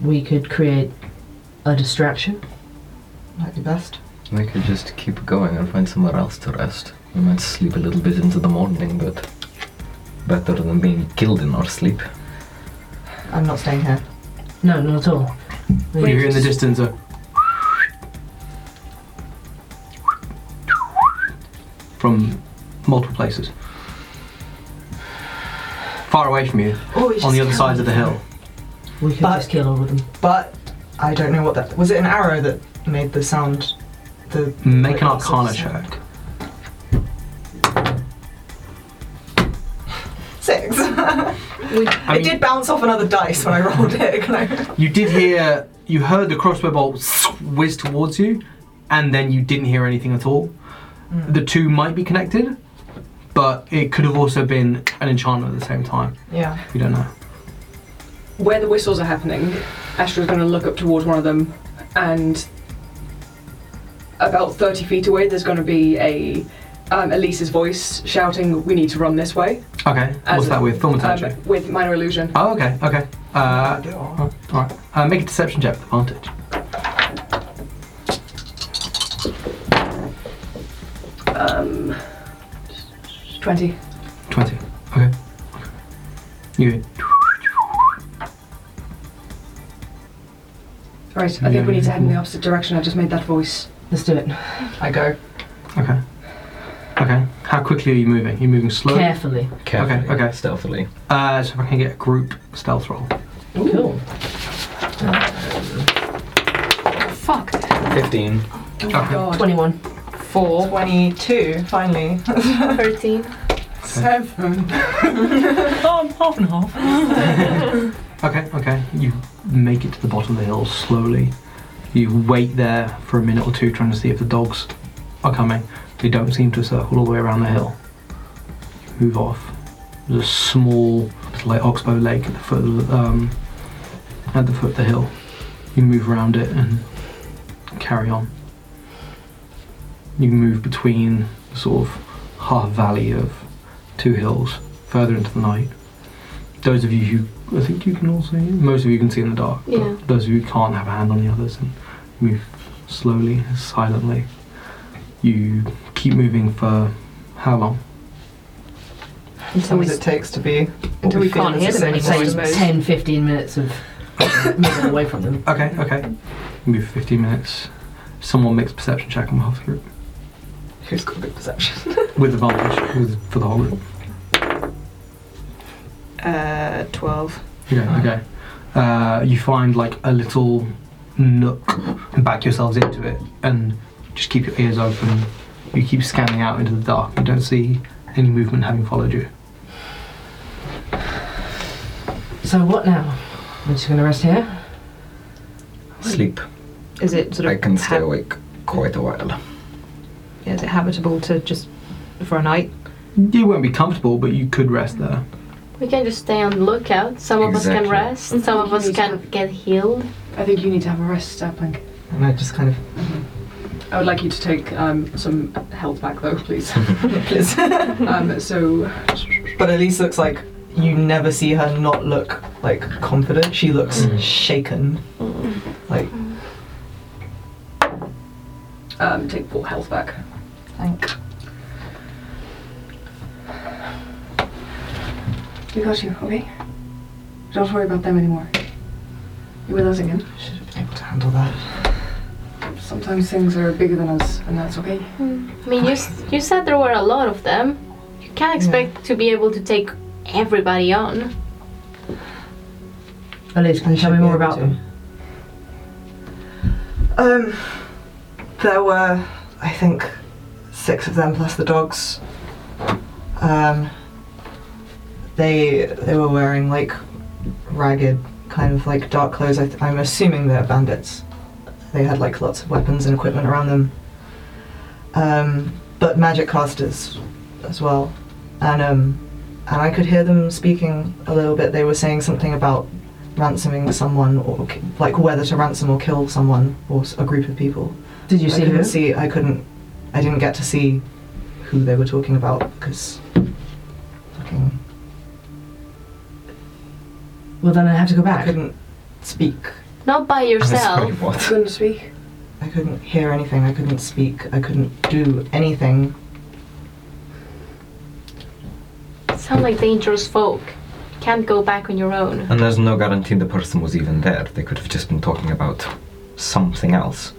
We could create a distraction. Might be best. We could just keep going and find somewhere else to rest. We might sleep a little bit into the morning, but better than being killed in our sleep. I'm not staying here. No, not at all. We you hear in just- the distance a. from multiple places. Far away from you, Oh, on the you just other killed sides of the me. hill. We could But- just kill all of them. But I don't know what that was. It an arrow that made the sound. The Make like, an sort of arcana sound. check. Six. I it mean- did bounce off another dice when I rolled it. Can I? You did hear. you heard the crossbow bolt whiz towards you, and then you didn't hear anything at all. The two might be connected, but it could have also been an enchantment at the same time. Yeah. You don't know. Where the whistles are happening, Ashtra's going to look up towards one of them, and about 30 feet away, there's going to be a um, Elise's voice shouting, "We need to run this way." Okay, As what's a- that with? Thaumaturgy? Um, with minor illusion. Oh, okay, okay. Uh, all right. Uh, make a deception check with advantage. Um, 20. Twenty. Okay. You. Right, I think we need to head in the opposite direction. I just made that voice. Let's do it. I go. Okay. Okay. How quickly are you moving? You're moving slowly. Carefully. Carefully, okay. stealthily. Uh, so if I can get a group stealth roll. Cool. 15. Oh my god. 21. 4. 22, finally. 13. 7. Oh, I'm half and half. Okay, okay. You make it to the bottom of the hill slowly. You wait there for a minute or two trying to see if the dogs are coming. They don't seem to circle all the way around the hill. You move off. There's a small little like oxbow lake at the foot of the, um, at the foot of the hill. You move around it and carry on. You move between the sort of half valley of two hills further into the night. Those of you who I think you can all see. Most of you can see in the dark. but Yeah. Those of you who can't have a hand on the others and move slowly, silently. You keep moving for how long? Until it takes to be. Until we can't hear them same anymore. size. 10, 15 minutes of moving away from them. Okay, okay. Move 15 minutes. Someone makes perception check on behalf of the group Who's got a good perception? with advantage with, for the whole group. Uh, 12. Yeah, okay. Uh, you find like a little nook and back yourselves into it and just keep your ears open. You keep scanning out into the dark. You don't see any movement having followed you. So what now? We're just going to rest here? Sleep. Is it sort of I can stay hab- awake quite a while. yeah, is it habitable to just for a night? You won't be comfortable, but you could rest there. We can just stay on the lookout. Some of us Exactly. can rest, some of us Mhm. can get healed. I think you need to have a rest, Sapling. And I just kind of. I would like you to take um, some health back though, please. Please. um, so But Elise looks like you never see her not look like confident. She looks Mm. shaken. Like um, take four health back. thank We got you, okay? Don't worry about them anymore. You're with us again. should have been able to handle that. Sometimes things are bigger than us, and that's okay. I mean, you, s- you said there were a lot of them. You can't expect to be able to take everybody on. Elise, can you tell me more about them? Um, there were, I think, six of them plus the dogs. Um, they they were wearing like ragged, kind of like dark clothes. I th- I'm assuming they're bandits. They had like lots of weapons and equipment around them. Um, but magic casters as well, and um, and I could hear them speaking a little bit. They were saying something about ransoming someone or ki- like whether to ransom or kill someone or s- a group of people. Did you I see couldn't who? see. I couldn't. I didn't get to see who they were talking about because fucking Well, then I have to go I back. couldn't speak. Not by Sorry, yourself. what? Couldn't speak. I couldn't hear anything. I couldn't speak. I couldn't do anything. Sound like dangerous folk. Can't go back on your own. And there's no guarantee the person was even there. They could have just been talking about something else.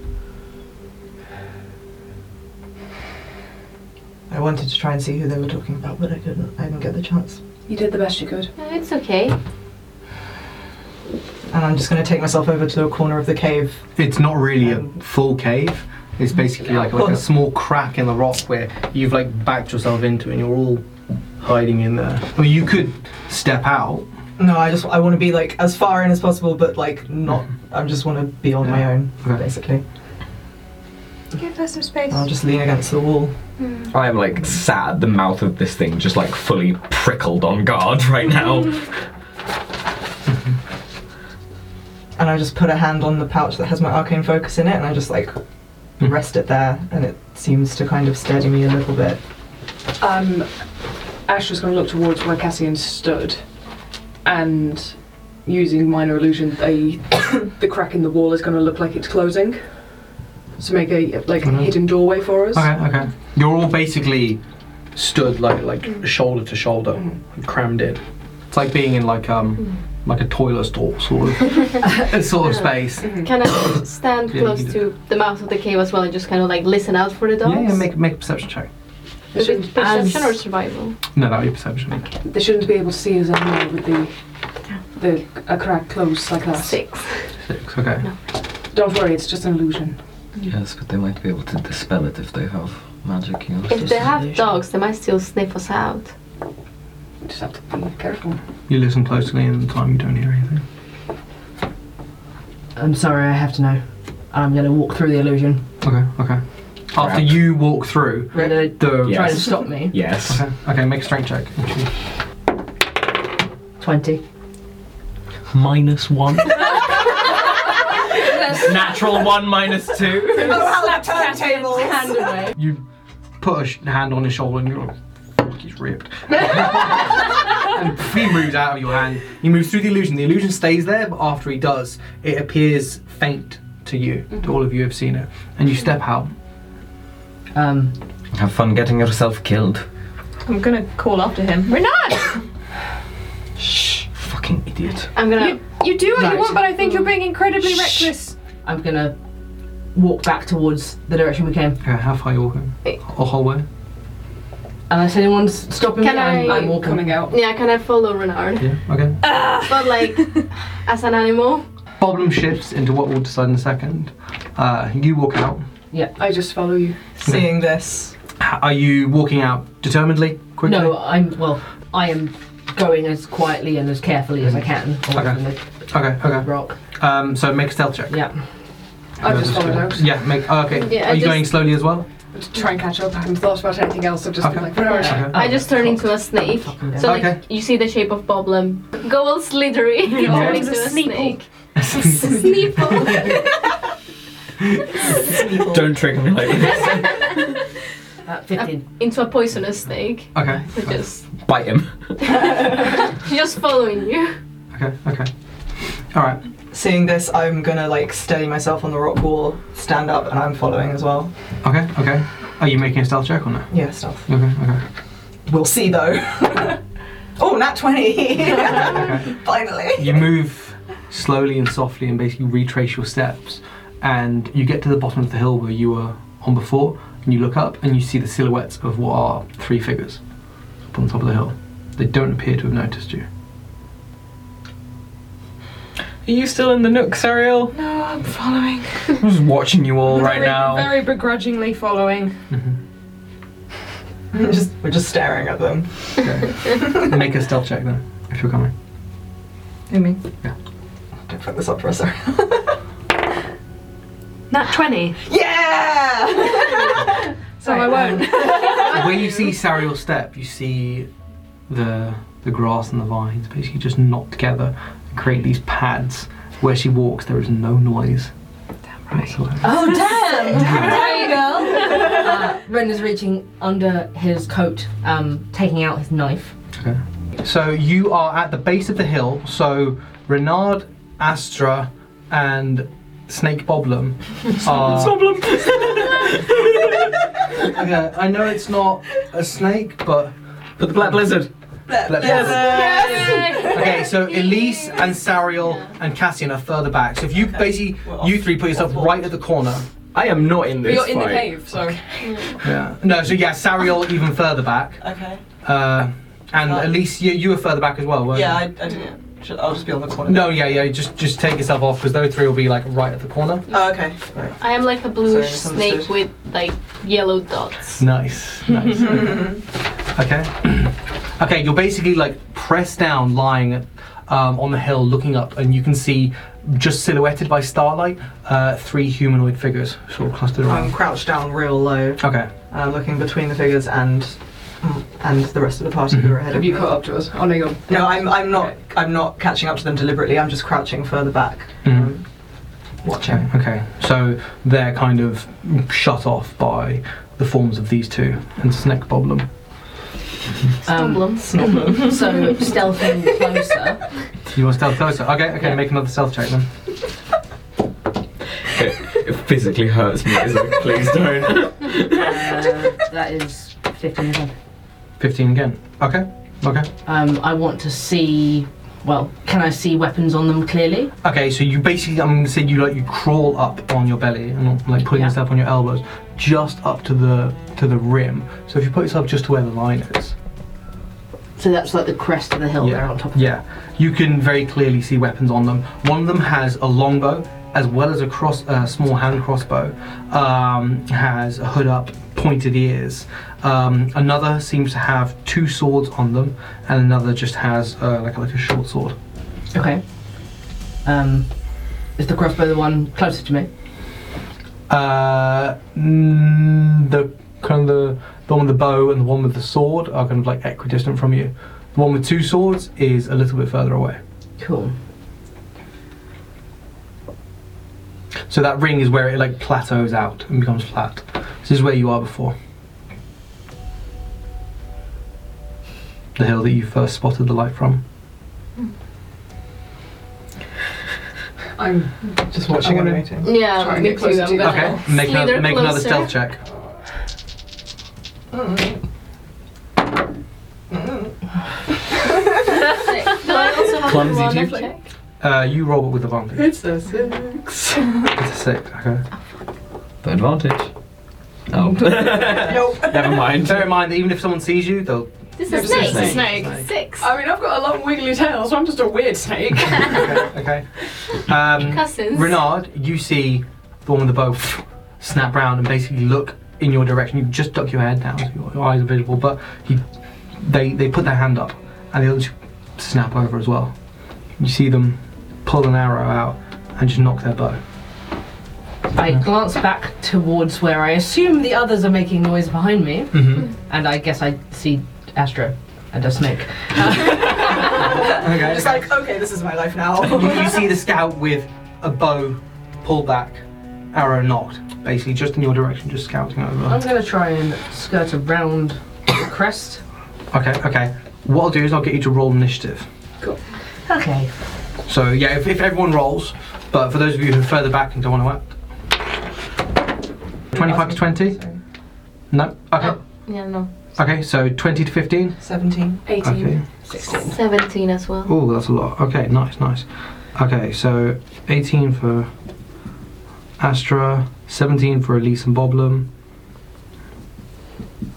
I wanted to try and see who they were talking about, but I couldn't. I didn't get the chance. You did the best you could. No, It's okay. And I'm just going to take myself over to a corner of the cave. It's not really a Um, full cave. It's basically like, like a small crack in the rock where you've like backed yourself into, and you're all hiding in there. I mean, you could step out. No, I just I want to be like as far in as possible, but like not. Mm-hmm. I just want to be on my own, Okay. basically. Give her some space. I'll just lean against the wall. I am like sat at the mouth of this thing, just like fully prickled on guard right now. and I just put a hand on the pouch that has my arcane focus in it, and I just like Hmm. rest it there, and it seems to kind of steady me a little bit. Um, Ash was going to look towards where Cassian stood, and using minor illusion, a the crack in the wall is going to look like it's closing. So make a like Mhm. hidden doorway for us. Okay, okay. You're all basically stood like like shoulder to shoulder, crammed in. It's like being in like um like a toilet stall sort of sort of space. Mm-hmm. Can I stand Yeah, you close can do to the mouth of the cave as well and just kind of like listen out for the dogs? Yeah, yeah. Make make a perception check. Is it perception As- or survival? No, that would be perception. They shouldn't be able to see us anymore with the the a crack closed like that. Six. Six. Okay. Don't worry, it's just an illusion. Yes, but they might be able to dispel it if they have magic. You know, If they have stimulation. dogs, they might still sniff us out. Just have to be careful. You listen closely, and at the time you don't hear anything. I'm sorry, I have to know. I'm going to walk through the illusion. Okay, okay. After you walk through, You're going to the try to stop me. Yes. Okay, okay, make a strength check. 20. Minus one. Natural one minus two. Oh, how that turntable! You put a sh- hand on his shoulder, and you're like, "Fuck, he's ripped. and he moves out of your hand. He moves through the illusion. The illusion stays there, but after he does, it appears faint to you. To all of you who have seen it, and you step out. Um, Have fun getting yourself killed. I'm gonna call after him. We're not! Shh, fucking idiot. I'm gonna. You, you do what Right. you want, but I think you're being incredibly Shh. reckless. I'm going to walk back towards the direction we came. Okay, how far are you walking? Eight. A whole way. Unless anyone's stopping Can me, I'm, I- I'm walking. Coming out. Yeah, can I follow Renard? Yeah. Okay. But like, as an animal. Problem shifts into what we'll decide in a second. Uh, you walk out. I just follow you. Seeing this, H- Are you walking out determinedly? Quickly. No, I'm, well, I am going as quietly and as carefully as I can. away Okay. from the Okay. Okay. Rock. Um, so make a stealth check. Yeah. I just follow those. Yeah, make. oh, okay. Yeah, I Are you just- going slowly as well? To try and catch up. I haven't thought about anything else. I've just been Okay. like, where is she? Okay. I just turn into a snake. Fucking Uh, So like, Okay. you see the shape of Boblin. Go all slithery. You Yeah. turn into Boblin's a a sneeple. snake. Sneeple. Don't trigger me like this. Uh, 15. into a poisonous snake. Okay. Which is Bite him. she's just following you. Okay. Okay. All right. seeing this, I'm gonna like steady myself on the rock wall, stand up, and I'm following as well. Okay. Okay. Are you making a stealth check or no? Yeah, stuff. Okay. Okay. We'll see though. oh, nat twenty! Okay. Finally. You move slowly and softly and basically retrace your steps, and you get to the bottom of the hill where you were on before, and you look up and you see the silhouettes of what are three figures up on top of the hill. They don't appear to have noticed you. Are you still in the nook, Ariel? No, I'm following. I'm just watching you all right very, now. Very begrudgingly following. We're just, we're just staring at them. Make a stealth check then, if you're coming. Who me? Don't fuck this up for us. sorry. Not twenty. yeah! So I won't. When you see Sariel step, you see the the grass and the vines basically just knot together and create these pads. Where she walks, there is no noise. whatsoever. Oh, damn! Uh, Ren is reaching under his coat, um, taking out his knife. So you are at the base of the hill. So Renard, Astra, and Snake Boblin are. okay, I know it's not a snake, but But the black lizard. let- Okay, so Elise and Sariel and Cassian are further back. So if you basically, We're you off- three put yourself off board. right at the corner. I am not in But this you're in the fight. cave, so. Yeah. No, so yeah, Sariel even further back. Okay. Uh, and Oh. Elise, you, you were further back as well, weren't Yeah, I, you? I didn't. Should, I'll just be on the corner. No, yeah, yeah. Just just take yourself off because those three will be like right at the corner. Oh, okay. I am like a bluish Sorry, snake misunderstood. with like yellow dots. Nice, nice. Mm-hmm. okay. Okay, you're basically like pressed down, lying um, on the hill, looking up, and you can see, just silhouetted by starlight, uh, three humanoid figures sort of clustered I'm around. crouched down real low, Okay. uh, looking between the figures and and the rest of the party who are ahead of Have me. you caught up to us? Oh no, you're. No, I'm, I'm not. I'm not catching up to them deliberately. I'm just crouching further back, Mhm. um, watching. Okay. Okay. So they're kind of shut off by the forms of these two and Snake Boblin. Um, Boblin. so stealthing closer. You want stealth closer? Okay. Okay. Make another stealth check then. It, it physically hurts me. It's like, please don't. Uh, that is 15 again. Fifteen again. Okay. Okay. Um, I want to see. Well, can I see weapons on them clearly? Okay, so you basically, I'm gonna say you like you crawl up on your belly and not like putting Yeah. yourself on your elbows, just up to the to the rim. So if you put yourself just to where the line is, So that's like the crest of the hill Yeah. there Oh, on top of yeah, you can very clearly see weapons on them. One of them has a longbow as well as a cross, a small hand crossbow, um, has a hood up, pointed ears. Um, another seems to have two swords on them, and another just has uh, like, a- like a short sword. Okay. Um, is the crossbow the one closer to me? Uh, mm, the kind of the, the one with the bow and the one with the sword are kind of like equidistant from you. The one with two swords is a little bit further away. Cool. So that ring is where it like plateaus out and becomes flat. This is where you are before. The hill that you first spotted the light from. I'm just watching Watching and it. waiting. Yeah, Try and me get too. closer I'm to- gonna Okay, make, slither another, make another closer. stealth check. Do I also have Clumsy one dude. check? Uh, you roll it with advantage. It's a six. It's a six, okay. The advantage. Oh. Nope. Never mind. Bear in mind that even if someone sees you, they'll This No, is snake. snake. Snake. Six. I mean, I've got a long wiggly tail, so I'm just a weird snake. okay. Um, Cousins. Renard, you see the one with the bow snap round and basically look in your direction. You just duck your head down, so your, your eyes are visible, but he, they, they put their hand up and they just snap over as well. You see them pull an arrow out and just knock their bow. I glance back towards where I assume the others are making noise behind me, Mm-hmm. and I guess I see Astro and a snake. Okay. Just like, okay, this is my life now. you, you see the scout with a bow pulled back, arrow knocked, basically just in your direction, just scouting I'm over. gonna try and skirt around the crest. Okay, okay. What I'll do is I'll get you to roll initiative. Okay. So yeah, if, if everyone rolls, but for those of you who are further back and don't want to act. 25 to 20? No? Okay. Yeah, no. Okay, so 20 to 15? 17. 18. Okay. 16. Seventeen as well. Oh, that's a lot. Okay, nice, nice. Okay, so 18 for Astra, 17 for Elise and Boblum, and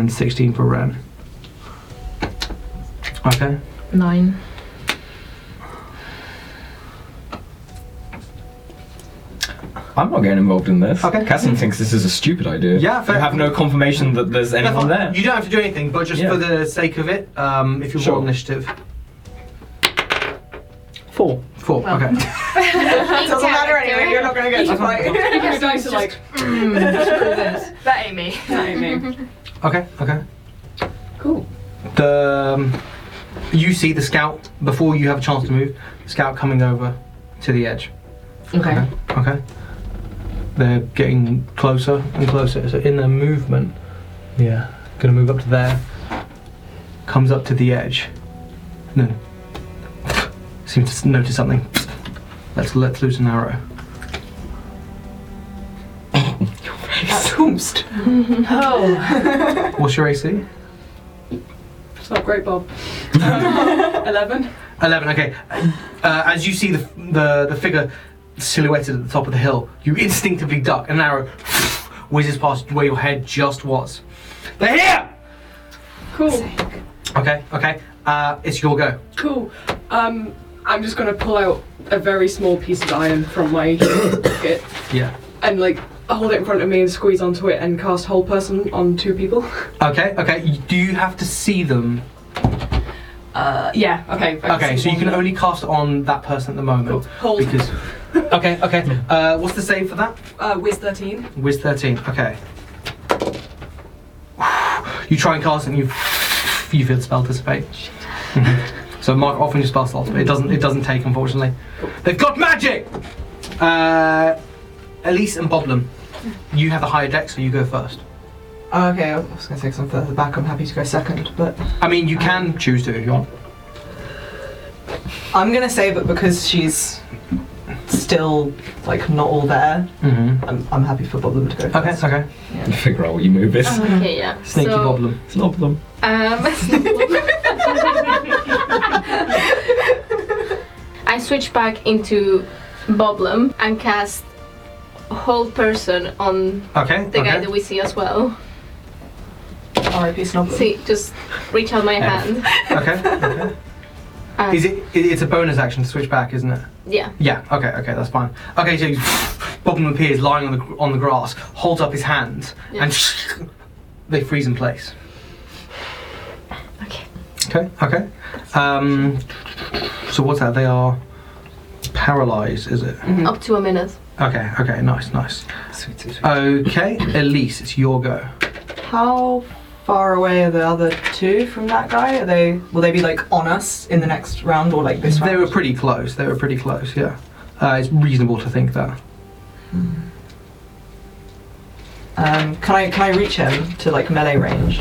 then 16 for Ren. Okay. Nine. I'm not getting involved in this. Okay. Cassim thinks this is a stupid idea. Yeah, fair- You have no confirmation that there's anyone there. You don't have to do anything, but just Yeah. for the sake of it, um, if you Sure. roll initiative. Four. Four, Well. okay. Doesn't matter anyway, you're not gonna get to fight. Your dice are like, That ain't me. that ain't me. Okay, okay. Cool. The um, you see the scout before you have a chance to move. The scout coming over to the edge. Okay. Okay. They're getting closer and closer. So in their movement, yeah, gonna move up to there. Comes up to the edge. No. Seems to notice something. Let's let loose an arrow. Tombst. Oh, What's your AC? it's not great, Bob. Eleven. 11 okay uh, as you see the, the the figure silhouetted at the top of the hill you instinctively duck and an arrow whizzes past where your head just was they're here Cool. okay okay uh, it's your go Cool. Um, I'm just gonna pull out a very small piece of iron from my pocket yeah and like hold it in front of me and squeeze onto it and cast whole person on two people. okay okay y- do you have to see them Uh, yeah. Okay. I okay see so you one can there. only cast on that person at the Cool. moment hold. because okay okay uh, what's the save for that Uh, Wiz thirteen. Wiz 13, okay. You try and cast and you you feel the spell dissipate. Mhm. so mark off on your spell slots, but it doesn't it doesn't take unfortunately. They've got magic! Uh, Elise and Boblin, you have the higher deck, so you go first. Okay, I was gonna say something further back, I'm happy to go second, but I mean you can choose to if you want. I'm gonna say that because she's still like not all there, Mm-hmm. I'm, I'm happy for Boblin to go Okay, first. okay. You figure out what your move is. Uh-huh. Oh, Okay, yeah. Sneaky so, Boblin. It's not them. Um, I switch back into Boblum and cast whole person on Okay. the guy okay. that we see as well. Okay. RIP Snoblin. See, just reach out my hand. okay. okay. Um, Is it, it? It's a bonus action to switch back, isn't it? Yeah. Yeah. Okay. Okay. That's fine. Okay. So Bobbin appears lying on the gr- on the grass, holds up his hand, and they freeze in place. Okay. Okay. Okay. Um, so what's that? They are paralyzed. Is it? Up to a minute. Okay. Okay. Nice. Nice. Okay. Elise, it's your go. How far away are the other two from that guy? Are they will they be like on us in the next round or like this They round? were pretty close. They were pretty close. Yeah. Uh, it's reasonable to think that. Um, can I can I reach him to like melee range?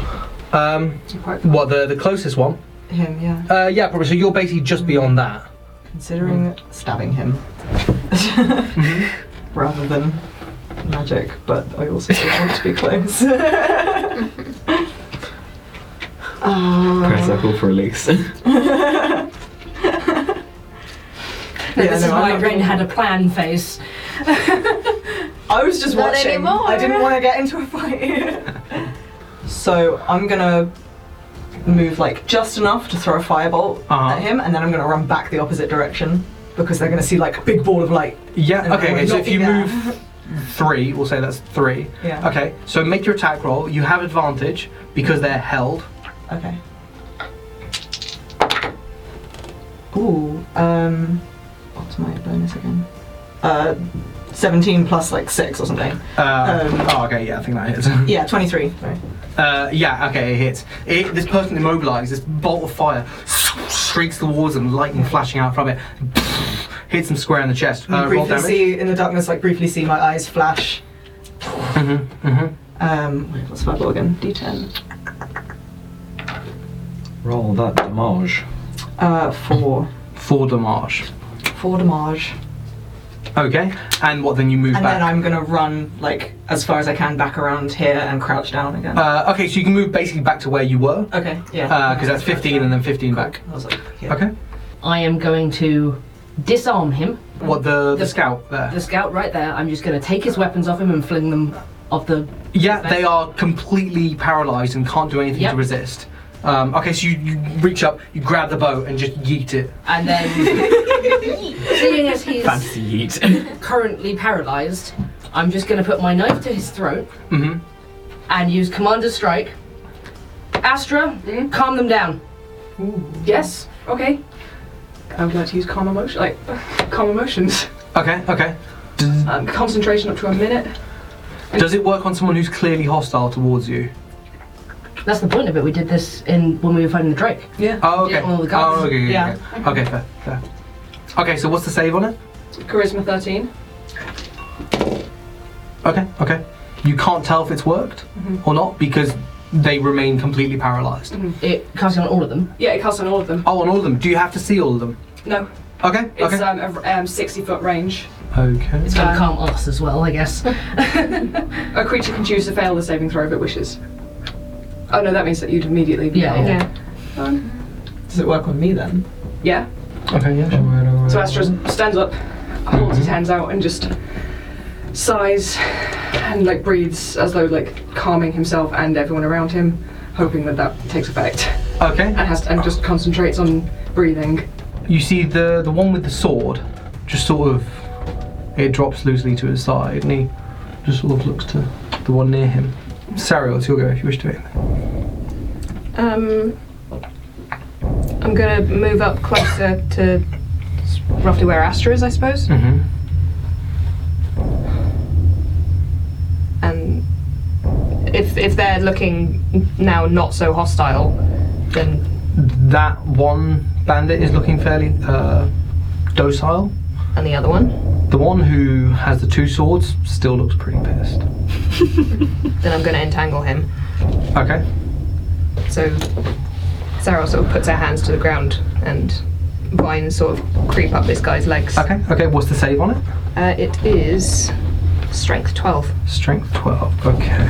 Um, what the the closest one? Him, yeah. Uh, yeah, probably. So you're basically just beyond that. Considering stabbing him rather than magic, but I also don't want to be close. Press circle for legs. No, Yeah, this no, is I'm why not- Ren had a plan face. I was just Not watching. anymore. I didn't want to get into a fight. so I'm gonna move like just enough to throw a firebolt Uh-huh. at him, and then I'm gonna run back the opposite direction because they're gonna see like a big ball of light. Yeah. Okay. okay so if you Yeah. move three, we'll say that's three. Yeah. Okay. So make your attack roll. You have advantage because they're held. Okay. Ooh. Um. What's my bonus again? Uh, 17 plus like six or something. Uh, Um, oh, okay. Yeah, I think that hits. Yeah, 23. Sorry. Uh, yeah. Okay. It hits. It, this person immobilized. This bolt of fire streaks towards them, lightning flashing out from it. Hits them square in the chest. You Uh, roll briefly damage. see in the darkness, like briefly see my eyes flash. Mm-hmm, mm-hmm. Um, wait, what's my ball again? D10. Roll that damage. Uh, four. Four damage. Four damage. Okay. And what? Then you move And back. then I'm gonna run like as far as I can back around here and crouch down again. uh, okay. So you can move basically back to where you were. okay. Yeah. Because that's 15 and then 15 back. I was like, yeah. Okay. I am going to disarm him. What the the scout there? The scout right there. I'm just going to take his weapons off him and fling them off the. Yeah, they are completely paralyzed and can't do anything Yep. to resist. Um, okay, so you, you reach up, you grab the bow, and just yeet it. And then, seeing as he's Fantasy yeet. currently paralyzed, I'm just going to put my knife to his throat Mm-hmm. and use Commander Strike. Astra, calm them down. Yes. Okay. I would like to use calm emotion, like calm emotions. Okay, okay. Um, concentration up to a minute. Does it work on someone who's clearly hostile towards you? That's the point of it. We did this in when we were fighting the Drake. Uh, Oh, okay. Yeah, all the guys. oh, okay, okay, Yeah. okay. Okay, fair, fair. Okay, so what's the save on it? Charisma 13. Okay, okay. You can't tell if it's worked Mm-hmm. or not because they remain completely paralyzed. It casting on all of them. Yeah, it casts on all of them. Oh, on all of them. Do you have to see all of them? No, Okay, it's uh, okay. um, a um, 60 foot range. okay. It's going to calm us as well, I guess. A creature can choose to fail the saving throw if it wishes. Oh no, that means that you'd immediately be Yeah, out. Yeah. Does it work on me then? Yeah. Okay, yeah, sure. So Astra stands up, holds his hands out, and just sighs and like breathes as though like calming himself and everyone around him, hoping that that takes effect, Okay. and has and just concentrates on breathing. You see the the one with the sword, just sort of, it drops loosely to his side, and he just sort of looks to the one near him. Sariel, it's your go if you wish to. it. Um, I'm gonna move up closer to s- roughly where Astra is, I suppose, Mm-hmm. and if if they're looking now not so hostile, then That one bandit is looking fairly uh, docile. and the other one, The one who has the two swords still looks pretty pissed. then I'm gonna entangle him. Okay. So Sarah sort of puts her hands to the ground and vines sort of creep up this guy's legs. Okay. Okay. What's the save on it? Uh, it is strength 12. Strength 12. Okay.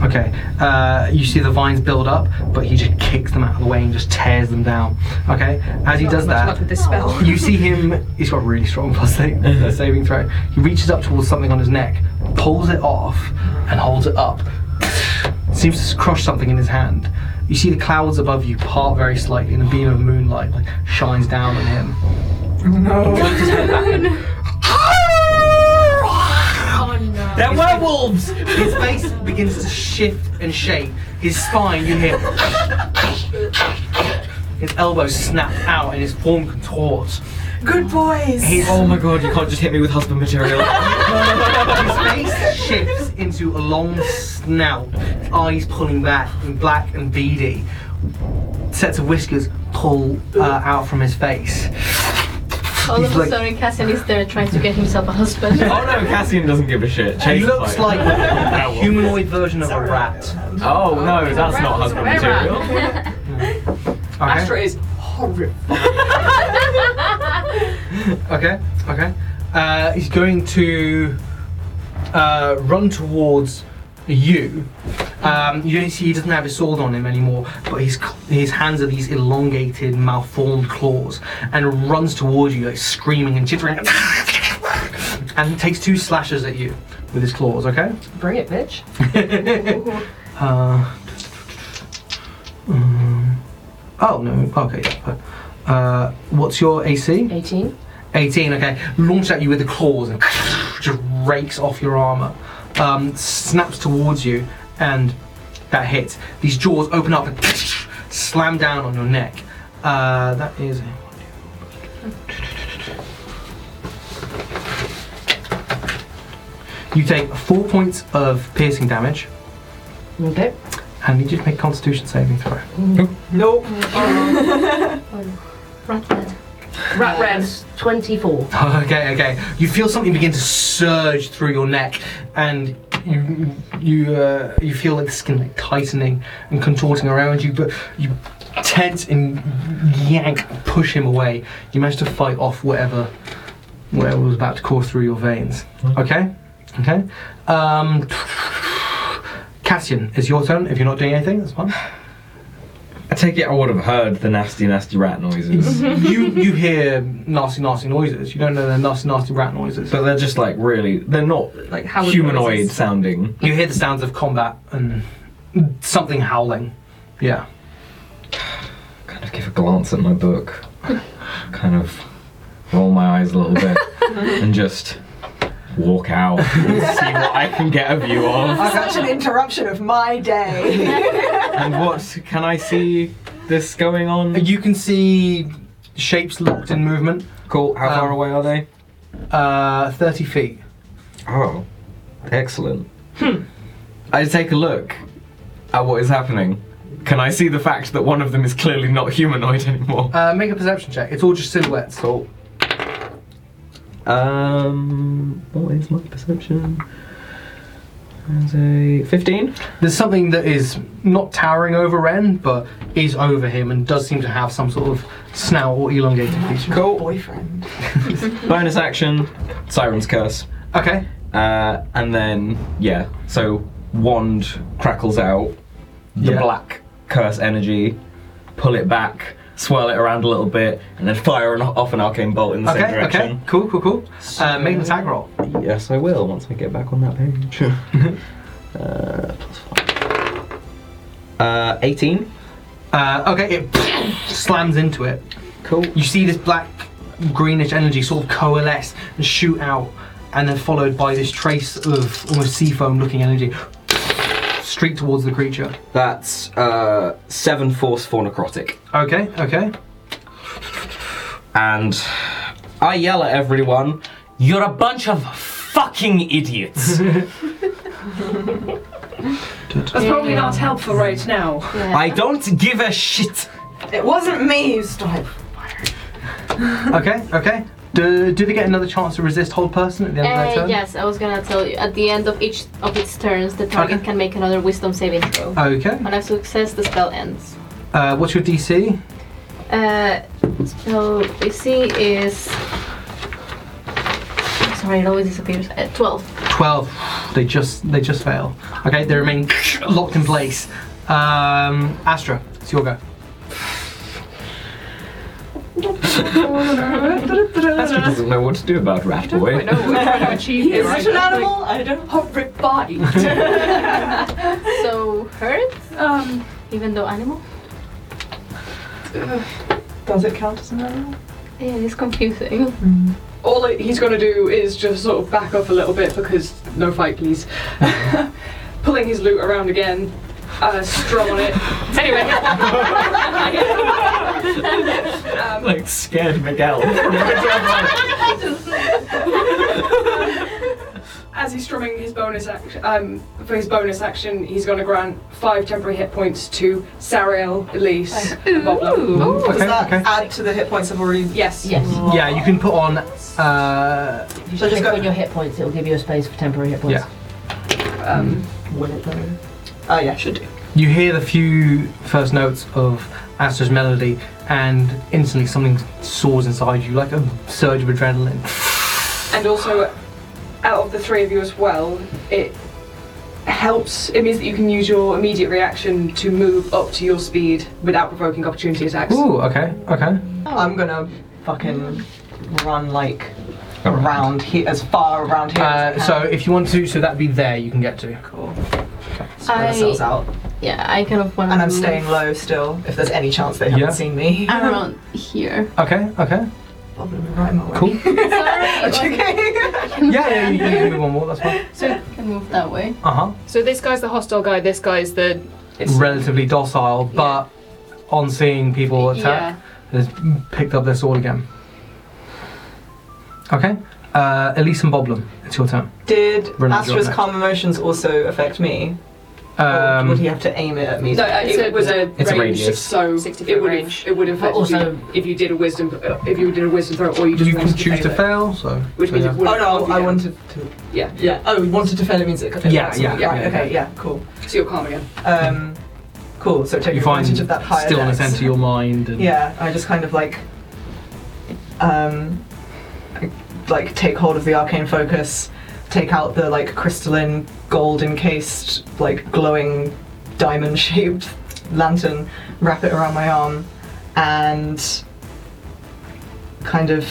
Okay, uh, you see the vines build up, but he just kicks them out of the way and just tears them down. Okay, as he Not does much luck that, with this spell. you see him, he's got a really strong plus save, plus saving throw. He reaches up towards something on his neck, pulls it off, and holds it up. seems to crush something in his hand. You see the clouds above you part very slightly, and a beam of moonlight like shines down on him. Oh, Oh, They're werewolves! His face begins to shift and shake. His spine, you hear. His elbows snap out and his form contorts. Good boys. Oh my god, you can't just hit me with husband material. Oh His face shifts into a long snout, his eyes pulling back and black and beady. Sets of whiskers pull uh, out from his face. All He's of a like- sudden, Cassian is there trying to get himself a husband. oh no, Cassian doesn't give a shit. He Chase is looks like a Werewolf. humanoid version of a rat. Oh no, that's not husband material. Okay. Astra is horrible. Okay. Okay. Uh, he's going to uh, run towards you. Um, you don't see he doesn't have his sword on him anymore, but his cl- his hands are these elongated, malformed claws, and runs towards you, like screaming and chittering, and takes two slashes at you with his claws. Okay. Bring it, bitch. Uh, um, oh no. Okay. yeah, Uh, what's your AC? 18. 18, okay, launches at you with the claws and just rakes off your armor, um, snaps towards you, and that hits. These jaws open up and slam down on your neck. Uh, that is. You take four points of piercing damage, Okay. and you just make Constitution saving throw. Nope. Rat dead. Rat red. 24. Okay, okay. You feel something begin to surge through your neck, and you you uh, you feel like the skin like tightening and contorting around you, but you tense and yank, push him away. You manage to fight off whatever whatever was about to course through your veins. Okay, okay. Um, Cassian, it's your turn. If you're not doing anything, that's fine. I take it I would have heard the nasty, nasty rat noises. you you hear nasty nasty noises. You don't know they're nasty nasty rat noises. but they're just like really, they're not like Howard humanoid noises. sounding. You hear the sounds of combat and something howling. Yeah. Kind of give a glance at my book, kind of roll my eyes a little bit, and just walk out and see what I can get a view of. Such an interruption of my day. And what can I see this going on? You can see shapes locked in movement, Cool. How far Um, away are they? uh, 30 feet. Oh, excellent. I take a look at what is happening. Can I see the fact that one of them is clearly not humanoid anymore? Uh, make a perception check. It's all just silhouettes. Cool. Um, what is my perception? That's a 15. There's something that is not towering over Ren, but is over him and does seem to have some sort of snout or elongated feature. Cool. Oh, Boyfriend. Bonus action, Siren's Curse. Okay. Uh, and then, yeah, so wand crackles out, the Yeah. black curse energy, pull it back, swirl it around a little bit, and then fire an, off an arcane bolt in the same Okay, direction. okay. Cool, cool, cool. Uh, make an attack roll. Yes, I will once I get back on that page. uh, plus five. Uh, 18. Uh, okay, it slams into it. Cool. You see this black, greenish energy sort of coalesce and shoot out, and then followed by this trace of almost sea foam looking energy streak towards the creature. That's uh, seven force, four necrotic. Okay, okay. And I yell at everyone, You're a bunch of fucking idiots. That's probably not helpful right now. I don't give a shit. It wasn't me who started. Okay, okay. Do, do they get another chance to resist hold person at the end of their Uh, turn? yes, I was gonna tell you. At the end of each of its turns, the target Okay. can make another wisdom saving throw. Okay. On a success, the spell ends. Uh, what's your DC? Uh, so DC is. Sorry, it always disappears. Uh, 12. 12. They just they just fail. Okay, they remain locked in place. Um, Astra, it's your go. Astra doesn't know what to do about Rat Boy. I know we're trying to achieve He here, is right? such an Like, animal. I don't have a body. So hurt, um, even though animal. does it count as an animal? Yeah, it's confusing. All that he's going to do is just sort of back off a little bit because no fight, please. Pulling his loot around again, uh, strum on it. Anyway. um, Like scared Miguel. from the job. as he's strumming his bonus action, um, for his bonus action, he's going to grant five temporary hit points to Sariel, Elise, and Boblin. Does okay, that okay. add to the hit points I've already? Yes. Yes. Yeah, you can put on. Uh, If you So just click go- on your hit points, it'll give you a space for temporary hit points. Yeah. Um, Will it though? Oh yeah, should do. you hear the few first notes of Astra's melody, and instantly something soars inside you like a surge of adrenaline. and also, out of the three of you as well, it helps. It means that you can use your immediate reaction to move up to your speed without provoking opportunity attacks. Ooh, okay, okay. Oh. I'm gonna fucking run like Around. around here, as far around here. as I Uh, can. so if you want to, so that'd be there. You can get to. cool. Spread ourselves I out, yeah, I kind of want. and Mm. I'm staying low still. If there's any chance they haven't Yeah. seen me, around here. Okay, okay, I'm gonna be right in my way. cool. Sorry. Okay. yeah, yeah, you can move one more. That's fine. So can move that way. Uh huh. So this guy's the hostile guy. This guy's the. relatively docile, but on seeing people attack, has picked up their sword again. Okay, uh, Elise and Boblin, it's your turn. Did Run and Astra's drop calm emotions also affect me? Oh, or Um, would he have to aim it at me? No, uh, It's it a- was a It's a range, radius. so 60 foot it would range. have it would have But affected also- you if you did a wisdom uh, if you did a wisdom throw or you you, just can wanted choose to fail. fail, it. so. Which so means it yeah. would Oh no, I yeah. wanted to. Yeah. Yeah. Oh, wanted to fail it means it could. Yeah, that's yeah, right, yeah, Right. yeah. Okay. Yeah. Cool. So you're calm again. Um, cool. So take you find advantage of that higher stillness dex. enter your mind. And Yeah, I just kind of like, um, I, like take hold of the arcane focus, take out the like crystalline, gold encased, like glowing, diamond shaped lantern, wrap it around my arm, and kind of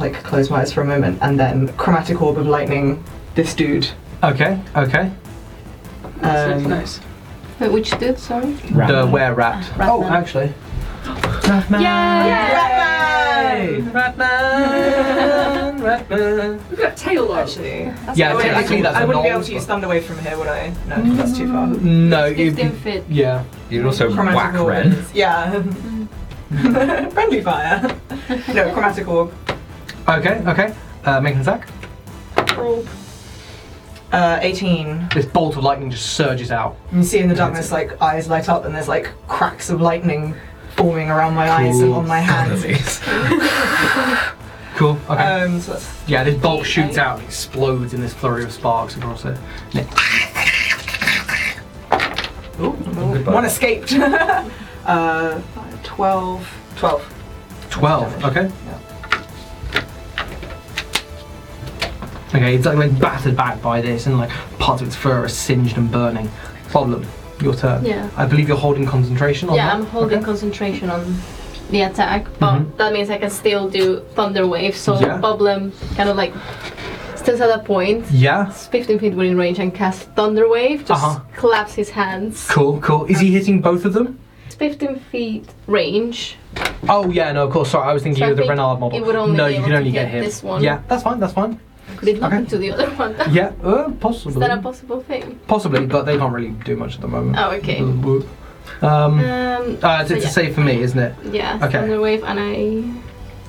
like close my eyes for a moment, and then chromatic orb of lightning. This dude. Okay, okay. That's Um, nice. Wait, which dude? Sorry. Rat. The were rat. Rat oh, man. actually. Batman! Ratman! Ratman! We've got tail arch. Actually, Yeah, I, wouldn't- technically that's I a wouldn't be able null to use spot. Thunder Wave from here, would I? No, 'cause that's too far. No, it'd Fifteen be. feet. Yeah. You'd also Chromatic whack orb Ren. is- Yeah. Friendly fire. No, chromatic orb. Okay, okay. Uh, make an attack. Uh, 18. This bolt of lightning just surges out. You see in the darkness, like, eyes light up, and there's like cracks of lightning forming around my eyes and Cool. on my hands. Cool, okay. Um, so that's Yeah, this bolt shoots out and explodes in this flurry of sparks across it. Goodbye. one escaped. uh, 12. 12. 12, okay. Okay, it's like, like battered back by this and like parts of its fur are singed and burning. Problem, your turn. Yeah. I believe you're holding concentration on Yeah, that? I'm holding Okay. concentration on the attack, but Mhm. that means I can still do thunder wave. So Yeah. problem kind of like stands at a point. Yeah, It's 15 feet within range and cast thunder wave. Just Uh-huh. claps his hands. cool, cool. Is he hitting both of them? It's 15 feet range. Oh, yeah, no, of course. Sorry, I was thinking So I you were the think Renard model. it would only no, be you able can to only get hit him. this one. Yeah, that's fine, that's fine. Did nothing Okay. to the other one. Yeah, uh, Is possibly. that a possible thing? Possibly, but they can't really do much at the moment. Oh, okay. Um, Um, uh, it's so it's a yeah. save for me, isn't it? Yeah, Okay. thunder wave and I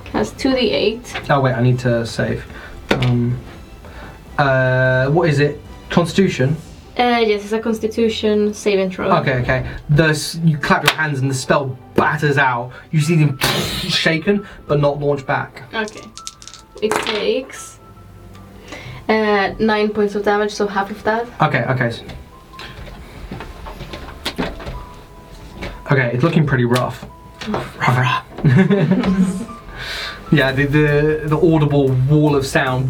cast 2d8. Oh wait, I need to save. Um, uh, what is it? Constitution. Uh, yes, it's a constitution saving throw. Okay, okay. The s- you clap your hands and the spell batters out. You see them shaken, but not launch back. Okay. It takes uh, nine points of damage, so half of that. Okay, okay. s- Okay, it's looking pretty rough. Rough, rough. yeah, the, the the audible wall of sound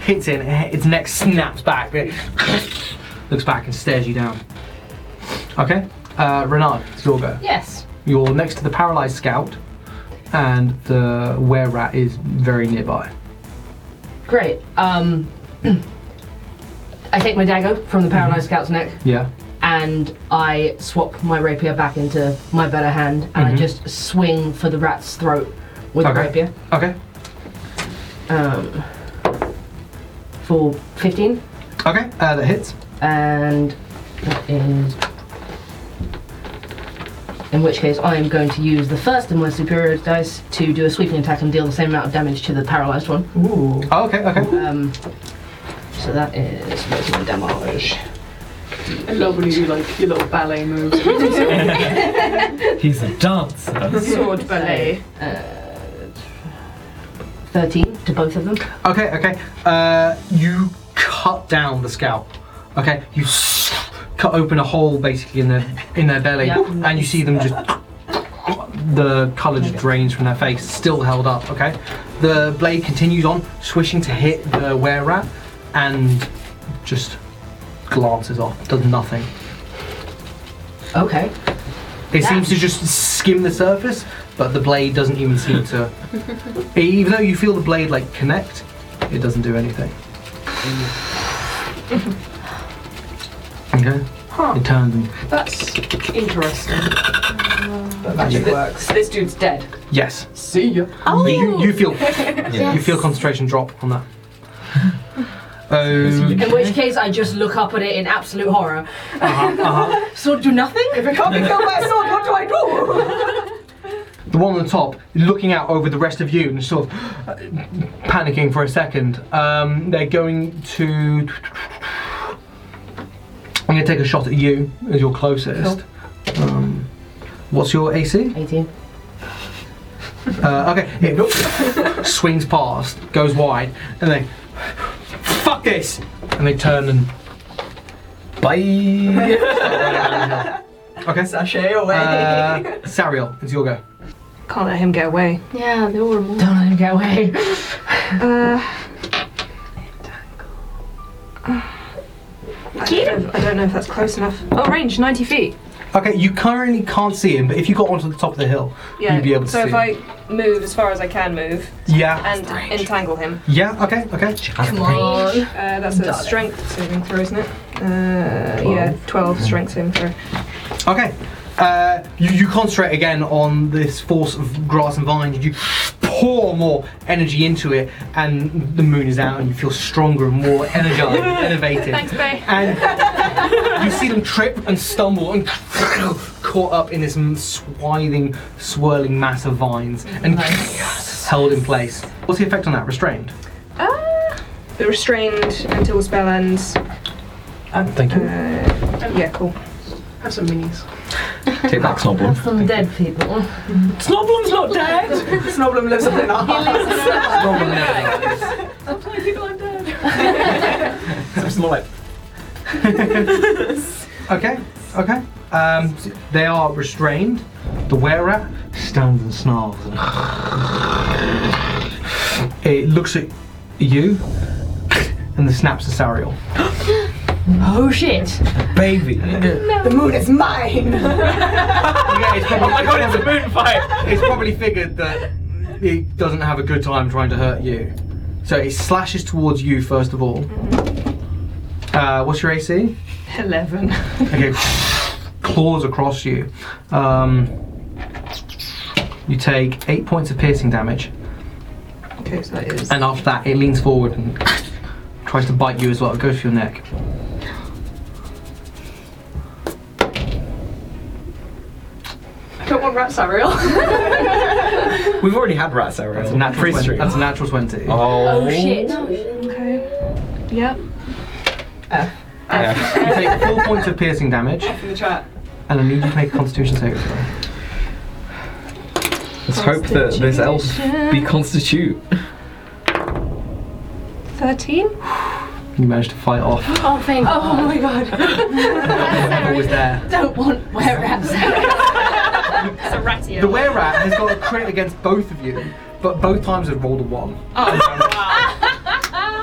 hits it. and Its neck snaps back. It looks back and stares you down. Okay, uh, Renard, it's your go. Yes. You're next to the paralyzed scout. and the were rat is very nearby. Great. Um, I take my dagger from the Paradise Scout's neck Yeah. and I swap my rapier back into my better hand and I Mhm. just swing for the rat's throat with Okay. the rapier. Okay. Um, for 15. Okay. Uh, that hits. and that is. In which case, I am going to use the first of my superior dice to do a sweeping attack and deal the same amount of damage to the paralyzed one. Ooh. Oh, okay. Okay. Um, so that is where's my damage. I love when you do like your little ballet moves. He's a dancer. Sword ballet. Thirteen to both of them. Okay, okay. Uh, you cut down the scalp. Okay, you cut open a hole basically in their in their belly, Yeah. and you see them just the colour just drains from their face, still held up. Okay, the blade continues on, swishing to hit the were rat, and just glances off, does nothing. Okay. It seems to just skim the surface, but the blade doesn't even seem to. even though you feel the blade like connect, it doesn't do anything. Okay. It turns and That's interesting. But magic works. This dude's dead. yes. See ya. But You, you feel you Yes. feel concentration drop on that. you Oh, In which case, I just look up at it in absolute horror. uh-huh, uh-huh. Sort of do nothing. If it can't be killed by a sword, what do I do? the one on the top looking out over the rest of you and sort of uh, panicking for a second. Um, they're going to. I'm going to take a shot at you as your closest. Um, what's your AC? Eighteen. Uh, okay, it swings past, goes wide, and they fuck this, and they turn and bye. okay, Sashay away. uh, Sariel, it's your go. Can't let him get away. Yeah, they were more. Don't let him get away. Uh, I don't, know, if- I don't know if that's close enough. Oh, range 90 feet. Okay, you currently can't see him, but if you got onto the top of the hill, Yeah. you'd be able to so see. if I move as far as I can move yeah, and entangle him, yeah, okay, okay. Come on. uh, that's a strength saving throw, isn't it? Uh, yeah, 12 strength saving throw. Okay. Uh, you, you concentrate again on this force of grass and vines. You pour more energy into it, and the moon is out, and you feel stronger and more energized, and innovative. Thanks, Bay. And you see them trip and stumble and caught up in this m- swithing, swirling mass of vines and held in place. What's the effect on that? Restrained. Uh, restrained until the spell ends. Thank Um, Uh, yeah, cool. Have some minis. Take that, Snobblum. Some dead people. Snobblum's not dead. Snobblum lives up in our heart. It's more like Okay, okay. Um, they are restrained. The wearer stands and snarls. And it looks at you and then snaps to Sariel. Oh shit. Baby. Yeah, The moon is mine. it's, probably, it's a moon fight. it's probably figured that it doesn't have a good time trying to hurt you. So it slashes towards you first of all. Mm-hmm. Uh, what's your AC? 11. Okay, claws across you. Um, you take eight points of piercing damage, Okay, so that is. and after that, it leans forward and tries to bite you as well. It goes for your neck. I don't want rats, Ariel. We've already had rats over. That's a natural. 20, that's a natural twenty. Oh shit. Okay. Yep. Yeah. You take four points of piercing damage, and In the chat. I need you to make a Constitution saving throw. Let's hope that this elf be constitute. 13? You manage to fight off. Oh, thank Oh my god. Never was there. Don't want where rats. It's a ratio. The were rat has got a crit against both of you, but both times have rolled a one.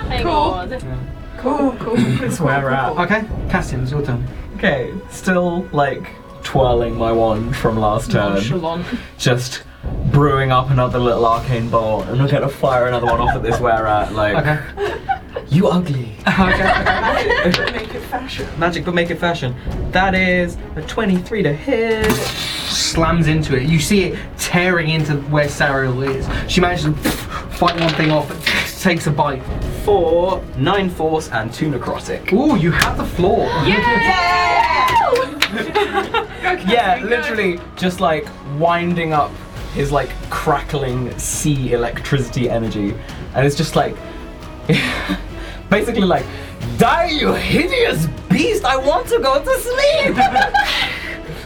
Thank God. Cool, cool. It's where we're at. Okay, Cassian, it's your turn. Okay, still like twirling my wand from last turn. Shalon. Just brewing up another little arcane bolt, and we're gonna fire another one off at this where at like. You ugly. Make it fashion. Magic, but make it fashion. That is a 23 to hit. slams into it. You see it tearing into where Sariel is. She manages to fight one thing off, but takes a bite. Four, nine force, and two necrotic. Ooh, you have the floor. Yeah, literally just like winding up his like crackling sea electricity energy. And it's just like basically like, die you hideous beast, I want to go to sleep!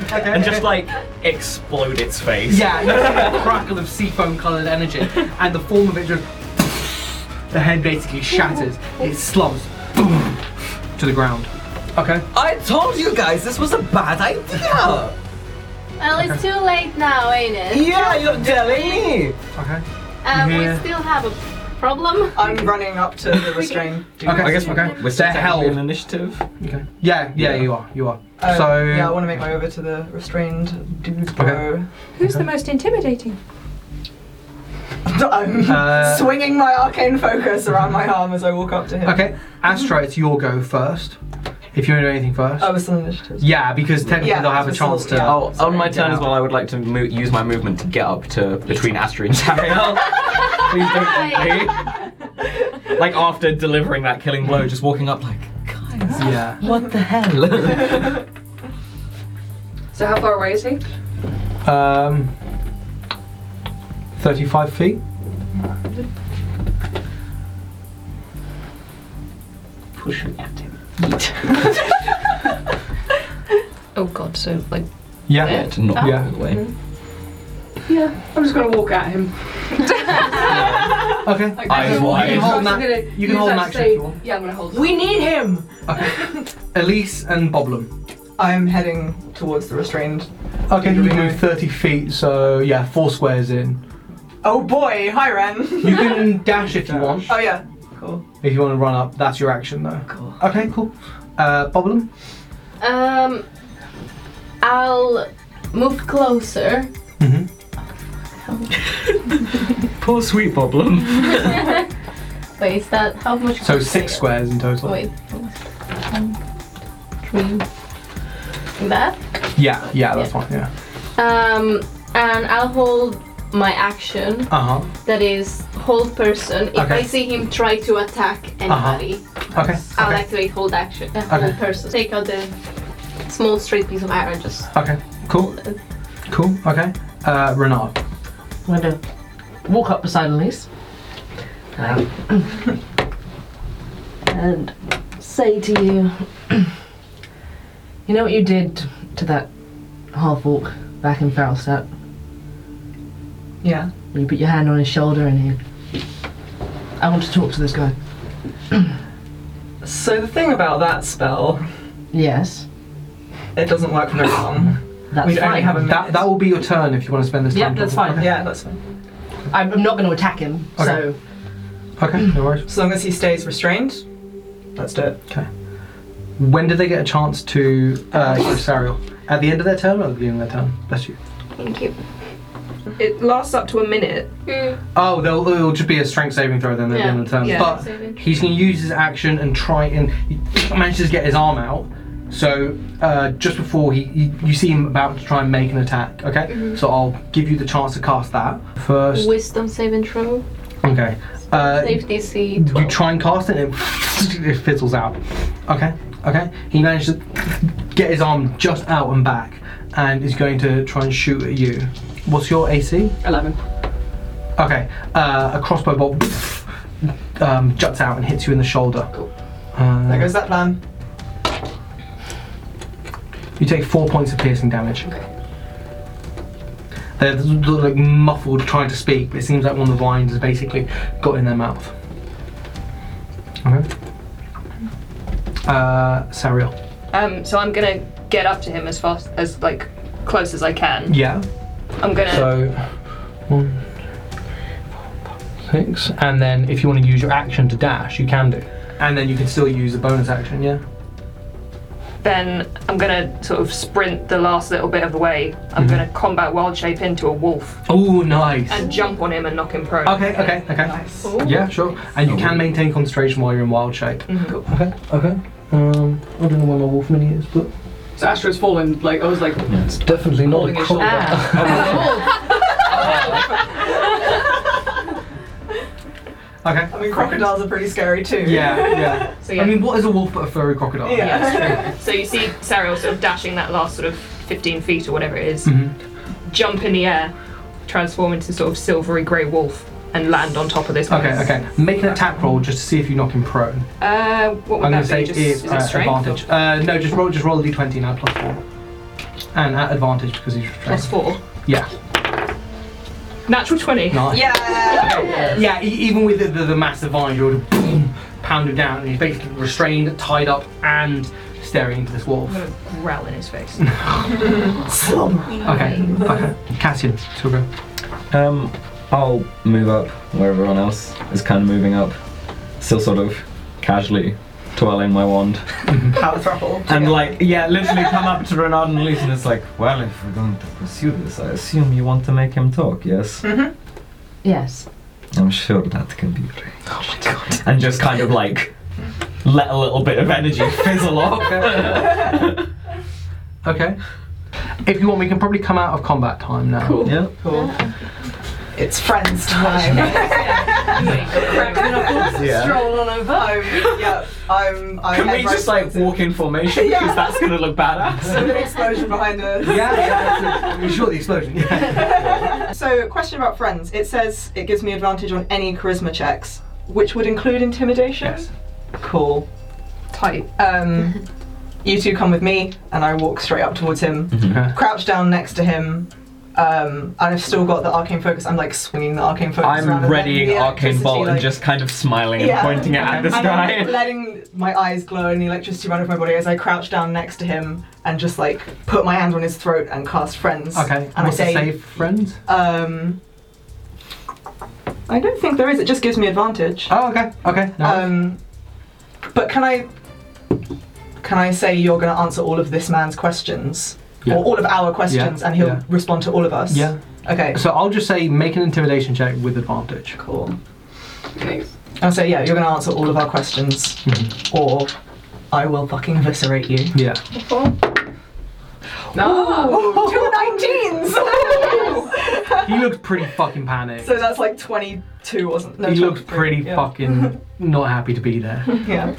and just like explode its face. Yeah, you see the crackle of seafoam coloured energy, and the form of it just. The head basically shatters, it slumps boom, to the ground. Okay. I told you guys this was a bad idea! Well, it's too late now, ain't it? Yeah, you're telling me! Okay. Um, Yeah. We still have a problem. I'm running up to the restrain. Okay. I guess okay. We're They're an held. initiative. Okay. Yeah, yeah, Yeah. you are. You are. Uh, so yeah, I want to make my way over to the restrained dude. Okay. Who's the most intimidating? bro. I'm Uh, swinging my arcane focus around my arm as I walk up to him. Okay, Astra, it's your go first. If you want to do anything first. Oh, it's an initiative. yeah, because technically Yeah, they'll have a it's all- chance to. yeah. Oh, on my get turn as out. well, I would like to mo- use my movement to get up to between Astra and Sariel. Please don't eat me. Like after delivering that killing blow, just walking up like, guys, Yeah. what the hell? So how far away is he? Um, 35 feet. Push him at him. Oh god, so like Yeah. Yeah, to knock Yeah. him away. Yeah, I'm just gonna walk at him. Okay. Like, Eyes I'm gonna wide. You can hold walk at him, I'm gonna an- you use can hold that an to action say- if you want. Yeah, I'm gonna hold. We need him. Elise and Boblin. I'm heading towards the restrained. Okay, you we can go? move 30 feet, so yeah, four squares in. Oh boy, hi Ren. You can dash if you want. oh yeah, cool. If you want to run up, that's your action though. Cool. Okay, cool. Uh, Boblin. Um, I'll move closer. Mm-hmm. Poor sweet Boblin. Wait, is that how much? So six squares in total. Wait. One, three. That. Yeah, yeah, that's fine. Yeah. Um, and I'll hold my action. Uh huh. That is hold person. If Okay. I see him try to attack anybody, Okay. I'll okay. activate hold action. Uh, Okay. Hold person. Take out the small straight piece of iron. Just Okay, cool. Cool, okay. Uh, Renard. I'm gonna walk up beside Elise. Um, and say to you, you know what you did to that half orc back in Falstaff? Yeah. You put your hand on his shoulder and you. I want to talk to this guy. So the thing about that spell, Yes, it doesn't work for very long. that's We fine. only have a minute. That, that will be your turn if you want to spend this Yeah, time. that's talking. yeah, that's fine. I'm I'm not going to attack him, Okay. so Okay, Okay, no worries. As long as he stays restrained, let's do it. When do they get a chance to uh, give Sariel? At the end of their turn or at the beginning of their turn? Bless you. thank you. Hmm. it lasts up to a minute. Oh, they'll, it'll just be a strength saving throw then at the Yeah, end of the turn. yeah. But he's going to use his action and try and. He manages to get his arm out. So uh, just before he, you, you see him about to try and make an attack, okay? So I'll give you the chance to cast that first. Wisdom saving throw. Okay. Uh, Safety C. You 12. try and cast it and it, it fizzles out. Okay, okay. He managed to get his arm just out and back and is going to try and shoot at you. What's your AC? 11. Okay, uh, a crossbow bolt um, juts out and hits you in the shoulder. Uh, There goes that plan. You take four points of piercing damage. They're th- th- like muffled trying to speak, but it seems like one of the vines has basically got in their mouth. Okay. Uh, Sariel. Um, so I'm gonna get up to him as fast as like close as I can. Yeah. I'm gonna So, one, six, and then if you want to use your action to dash, you can do. And then you can still use a bonus action, yeah? then I'm gonna sort of sprint the last little bit of the way. Mm-hmm. I'm gonna combat wild shape into a wolf Oh, nice. and jump on him and knock him prone. Okay, okay, okay. Nice. Yeah, sure. And you can maintain concentration while you're in wild shape. Mm-hmm. Okay, okay. Um, I don't know where my wolf mini is, but So Astra's fallen, like, I was like, Yes. definitely not a Holding his crop. shoulder. Okay. I mean, crocodiles are pretty scary too. Yeah, yeah. So yeah. I mean, what is a wolf but a furry crocodile? Yeah. So you see Sariel sort of dashing that last sort of 15 feet or whatever it is, Mhm. jump in the air, transform into sort of silvery grey wolf, and land on top of this. Okay, place. okay. Make an attack roll just to see if you knock him prone. Uh, what would I'm going that to say be? Just, is, is uh, it strength? or- advantage. Uh, no, just roll, just roll a d20 now, plus four. And at advantage because he's restrained. Plus four. Yeah, Natural 20. nice. Yeah. Okay. Yeah, e- even with the, the, the massive vine, you're boom, pounded down, and he's basically restrained, tied up, and staring into this wolf. Growl in his face. Okay, okay. Cassian, so go. Um, I'll move up where everyone else is kind of moving up, still sort of casually twirling my wand. Power throttle. And like, yeah, literally come up to Renard and Elise and it's like, well, if we're going to pursue this, I assume you want to make him talk, yes? Mm-hmm. Yes. I'm sure that can be arranged. Oh my god. And just kind of like, let a little bit of energy fizzle off. Okay. If you want, we can probably come out of combat time now. Cool. yeah. Cool. It's friends time. Yeah. Stroll on over. I'm, yeah, I'm. I'm Can we head just right- like walk in formation? Because Yeah. that's gonna look badass. There's an explosion behind us. Yeah, yeah. that's it. You sure the explosion? Yeah. So, question about friends. It says it gives me advantage on any charisma checks, which would include intimidation. Yes. Cool. Tight. Um, you two come with me, and I walk straight up towards him, Mm-hmm. Okay. crouch down next to him. Um, and I've still got the arcane focus. I'm like swinging the arcane focus. around I'm and readying letting the Arcane Bolt electricity, and like- just kind of smiling and Yeah. pointing it at this and I'm guy. letting my eyes glow and the electricity run over my body as I crouch down next to him and just like put my hand on his throat and cast friends. Okay. And What's I say, the save, friend? Um, I don't think there is. It just gives me advantage. Oh, okay. Okay. No. Um, but can I? Can I say you're going to answer all of this man's questions, Yeah. or all of our questions, and he'll yeah. respond to all of us? yeah. Okay. So I'll just say make an intimidation check with advantage. Cool. okay. I'll say yeah. You're going to answer all of our questions, or I will fucking eviscerate you. Yeah. No! Ooh, two 19s! He looked pretty fucking panicked. so that's like 22 or something. No, he looked 23, pretty yeah. fucking not happy to be there. Yeah.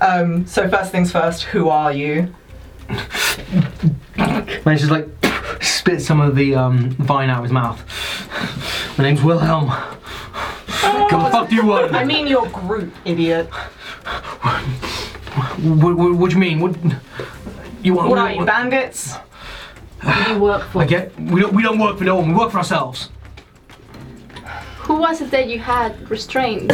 Um, so first things first, who are you? And she's like, spit some of the um, vine out of his mouth. My name's Wilhelm. Go fuck you, one. Oh. I mean your group, idiot. What, what, what do you mean? What you want? What are you, bandits? Who do you work for? I get. We don't. We don't work for no one. We work for ourselves. Who was it that you had restrained?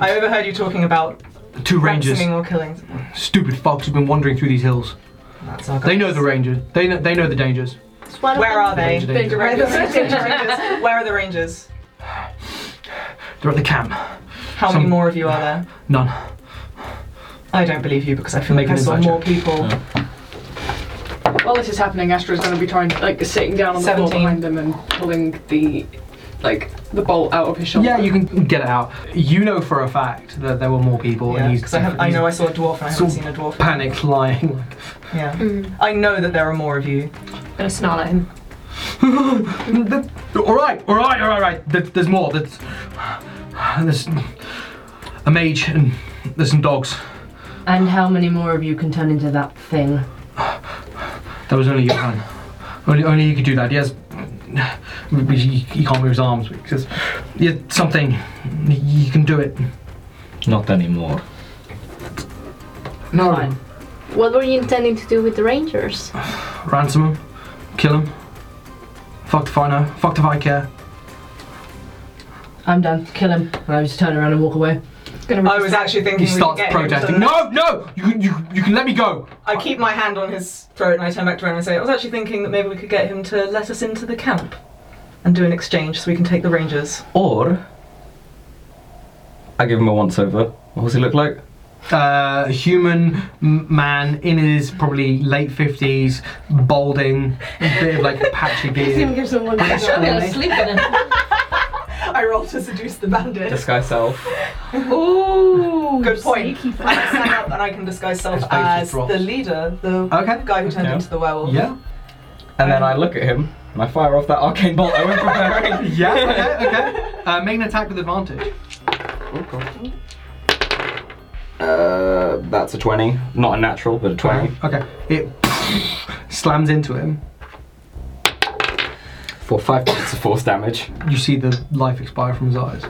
I overheard you talking about The two rangers. ransoming or killings. Stupid fucks who've been wandering through these hills. That's our They know the rangers. They know. They know the dangers. It's one of Where them. are they? Danger, danger. Where are the Danger rangers? Where are the rangers? They're at the camp. How Some- many more of you are there? None. I don't believe you because I feel Make like I an saw insight more people. While this is happening, Astra's going to be trying, like, sitting down on the floor 17. behind them and pulling the, like, the bolt out of his shoulder. Yeah, you can get it out. You know for a fact that there were more people, and he's Because I, have- I know I saw a dwarf and I haven't So- seen a dwarf. panicked, lying. Yeah. I know that there are more of you. I'm gonna snarl at him. all right, all right, all right, all right. There, there's more. There's, there's a mage and there's some dogs. And how many more of you can turn into that thing? That was only Johan. only, only he could do that. He has. He, he can't move his arms because yeah, something. You can do it. Not anymore. No, Fine. What were you intending to do with the rangers? ransom him, kill him. Fuck if I know. Fuck if I care. I'm done. Kill him. And I just turn around and walk away. I was actually thinking. He we could starts get him to- protesting. No, no. You, you, you can let me go. I keep my hand on his throat and I turn back to him and I say, I was actually thinking that maybe we could get him to let us into the camp and do an exchange so we can take the Rangers. Or I give him a once over. What does he look like? Uh, human m- man in his probably late 50s, balding, a bit of like patchy beard. give someone Pretty I'm gonna scrawny. sleep in it. I rolled to seduce the bandit. Disguise self. Ooh, good point. I can stand up and I can disguise self Disguise as drops. the leader, the Okay. guy who turned Yeah. into the werewolf. Yeah. And then I look at him and I fire off that arcane bolt I was preparing. Yeah, okay, okay. Uh, make an attack with advantage. Oh, Uh, that's a 20. Not a natural, but a 20. Okay. It slams into him. For five points of force damage. You see the life expire from his eyes.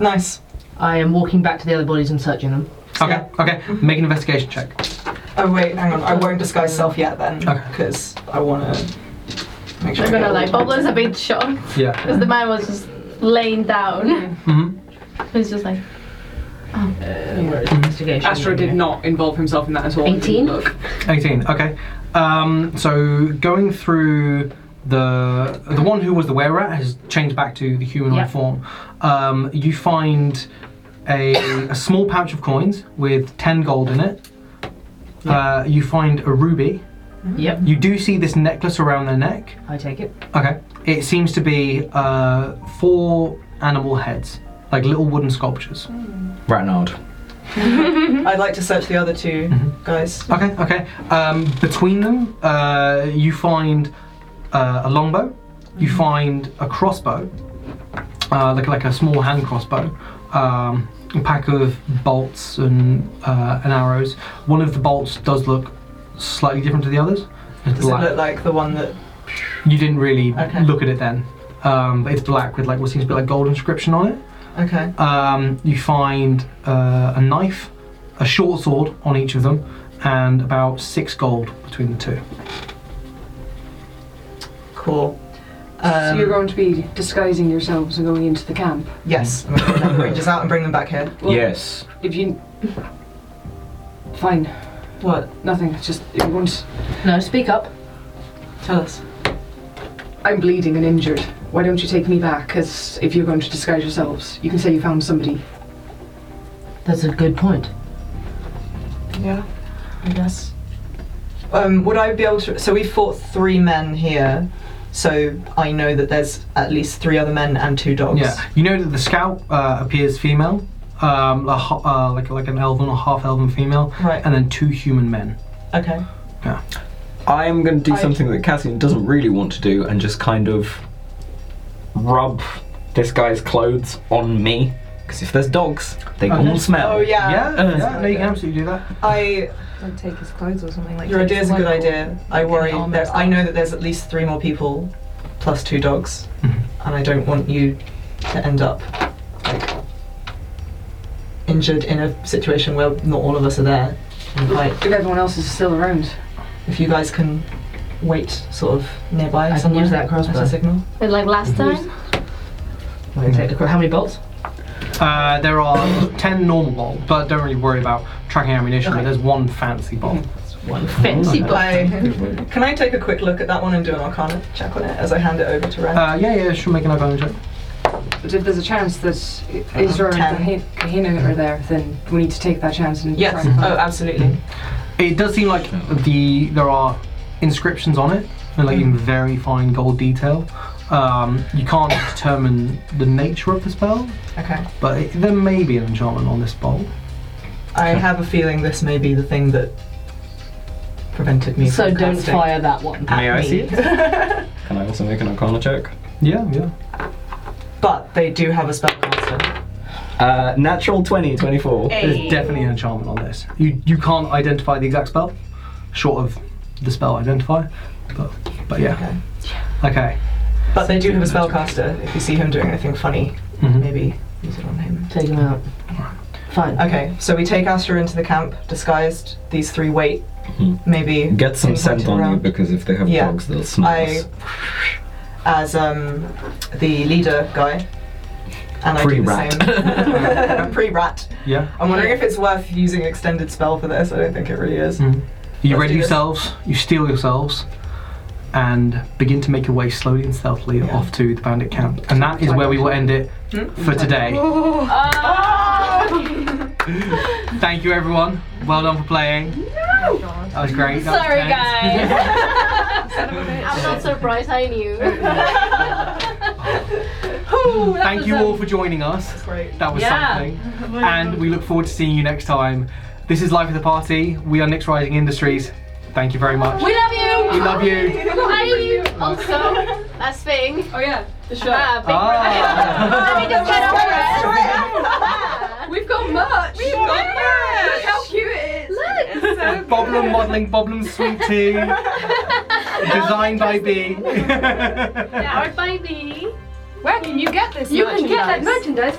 Nice. I am walking back to the other bodies and searching them. Okay, okay. Make an investigation check. Oh wait, hang on. I won't disguise self yet then, Okay. because I want Mm-hmm. to make sure. I'm I gonna get like, all- Bob was a bit shocked Yeah. because the man was just laying down. hmm He's just like, Where is investigation? Astro did not involve himself in that at all. 18? Look. 18 okay um, so going through the the one who was the wearer has changed back to the humanoid Yeah. form um, you find a, a small pouch of coins with 10 gold in it uh, you find a ruby Yep, you do see this necklace around their neck I take it. okay it seems to be uh, four animal heads like little wooden sculptures Ratnard. I'd like to search the other 2 Mm-hmm. guys. okay okay um, between them uh, you find uh, a longbow you Mm-hmm. find a crossbow, uh, like like a small hand crossbow, um, a pack of bolts and uh, and arrows. One of the bolts does look slightly different to the others. It's Does black. it look like the one that? you didn't really Okay. look at it then, um, but it's black with like what seems to be like gold inscription on it. Okay. Um, you find uh, a knife, a short sword on each of them, and about six gold between the two. Cool. Um, so you're going to be disguising yourselves and going into the camp. Yes. I'm gonna bring the rangers out and bring them back here. Well, yes. If you. Fine. What? Nothing. Just if you want. No, speak up. Tell us. I'm bleeding and injured. Why don't you take me back? As if you're going to disguise yourselves, you can say you found somebody. That's a good point. Yeah. I guess. Um, would I be able to? So we fought three men here, so I know that there's at least three other men and two dogs. Yeah, you know that the scout uh, appears female, um, a, ho- uh, like like an elven or half elven female, Right. and then two human men. Okay. I'm going to do I- something that Cassian doesn't really want to do and just kind of rub this guy's clothes on me. Because if there's dogs, they Oh, can no. all smell. Oh yeah. yeah, uh, yeah, no, you can absolutely do that. I. Don't take his clothes or something like Your take idea is a his good logo. idea. I worry. all There, messed I up. know that there's at least three more people, plus two dogs, Mm-hmm. and I don't want you to end up like injured in a situation where not all of us are there. And, like, If everyone else is still around, if you guys can wait, sort of nearby. I can somewhere use that As crossbow. a signal. but like last time, I'm gonna take the cro- How many bolts? Uh, there are ten normal bolts, but don't really worry about tracking ammunition. But there's one fancy bolt. One fancy bolt. I, can I take a quick look at that one and do an arcana check on it as I hand it over to Ren? Uh, yeah, yeah, should make an arcana check. but if there's a chance that Isra Ten. and Kahi- Kahina are there, then we need to take that chance and yes. try and Oh, find absolutely. It does seem like the there are inscriptions on it, and like in very fine gold detail. Um, you can't determine the nature of the spell, Okay. but it, there may be an enchantment on this bolt. I have a feeling this may be the thing that prevented me So from don't casting. fire that one. at May I me. see it? Can I also make an arcana check? Yeah, yeah. But they do have a spellcaster. Uh, natural 20, 24. There's definitely an enchantment on this. You you can't identify the exact spell, short of the spell identify. But but yeah. Okay. Okay. But they do have a spellcaster. If you see him doing anything funny, Mm-hmm. Mhm. maybe use it on him. Take him out. Fine. Okay, so we take Astra into the camp disguised. These three wait. Mhm. Maybe Get some scent pinpoint it on you around. because if they have Yeah. dogs, they'll smell I, us. as um, the leader guy, and I Pre-rat. do the same. Pre-rat. Yeah. I'm wondering if it's worth using extended spell for this. I don't think it really is. Mhm. You Let's ready do this. yourselves. You steal yourselves, and begin to make your way slowly and stealthily Yeah. off to the bandit camp. And that is where we will end it for today. Ah! Thank Thank you, everyone. Well done for playing. That was great. That was Sorry, tense. guys. I'm not surprised. I knew. Whew, that Thank was, you um, all for joining us. That was Yeah. something. And we look forward to seeing you next time. This is Life of the Party. We are Next Rising Industries. Thank you very much. We love you. We love you. I also that's thing. Oh yeah, the shirt. Ah, big Ah. brother. Let me just get over it. We've got merch. We've got merch. Look how cute it is. Look. It's so Boblin Modelling, Boblin Sweet Tea. Designed by B. Our baby. Where can you get this? You can get that merchandise?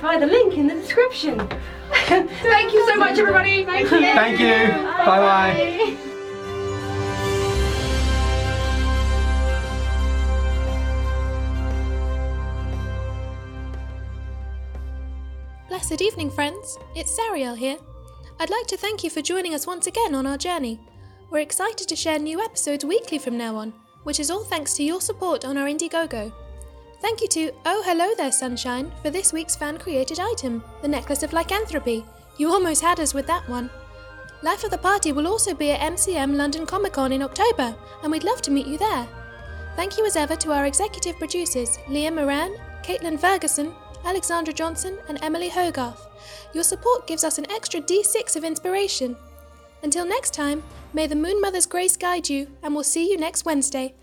merchandise by the link in the description. Thank you so much, everybody. Thank you. Thank you. Bye-bye. Blessed evening, friends. It's Sariel here. I'd like to thank you for joining us once again on our journey. We're excited to share new episodes weekly from now on, which is all thanks to your support on our Indiegogo. Thank you to Oh Hello There Sunshine for this week's fan created item, the Necklace of Lycanthropy. You almost had us with that one. Life of the Party will also be at MCM London Comic Con in October, and we'd love to meet you there. Thank you as ever to our executive producers, Leah Moran, Caitlin Ferguson, Alexandra Johnson, and Emily Hogarth. Your support gives us an extra D6 of inspiration. Until next time, may the Moon Mother's grace guide you, and we'll see you next Wednesday.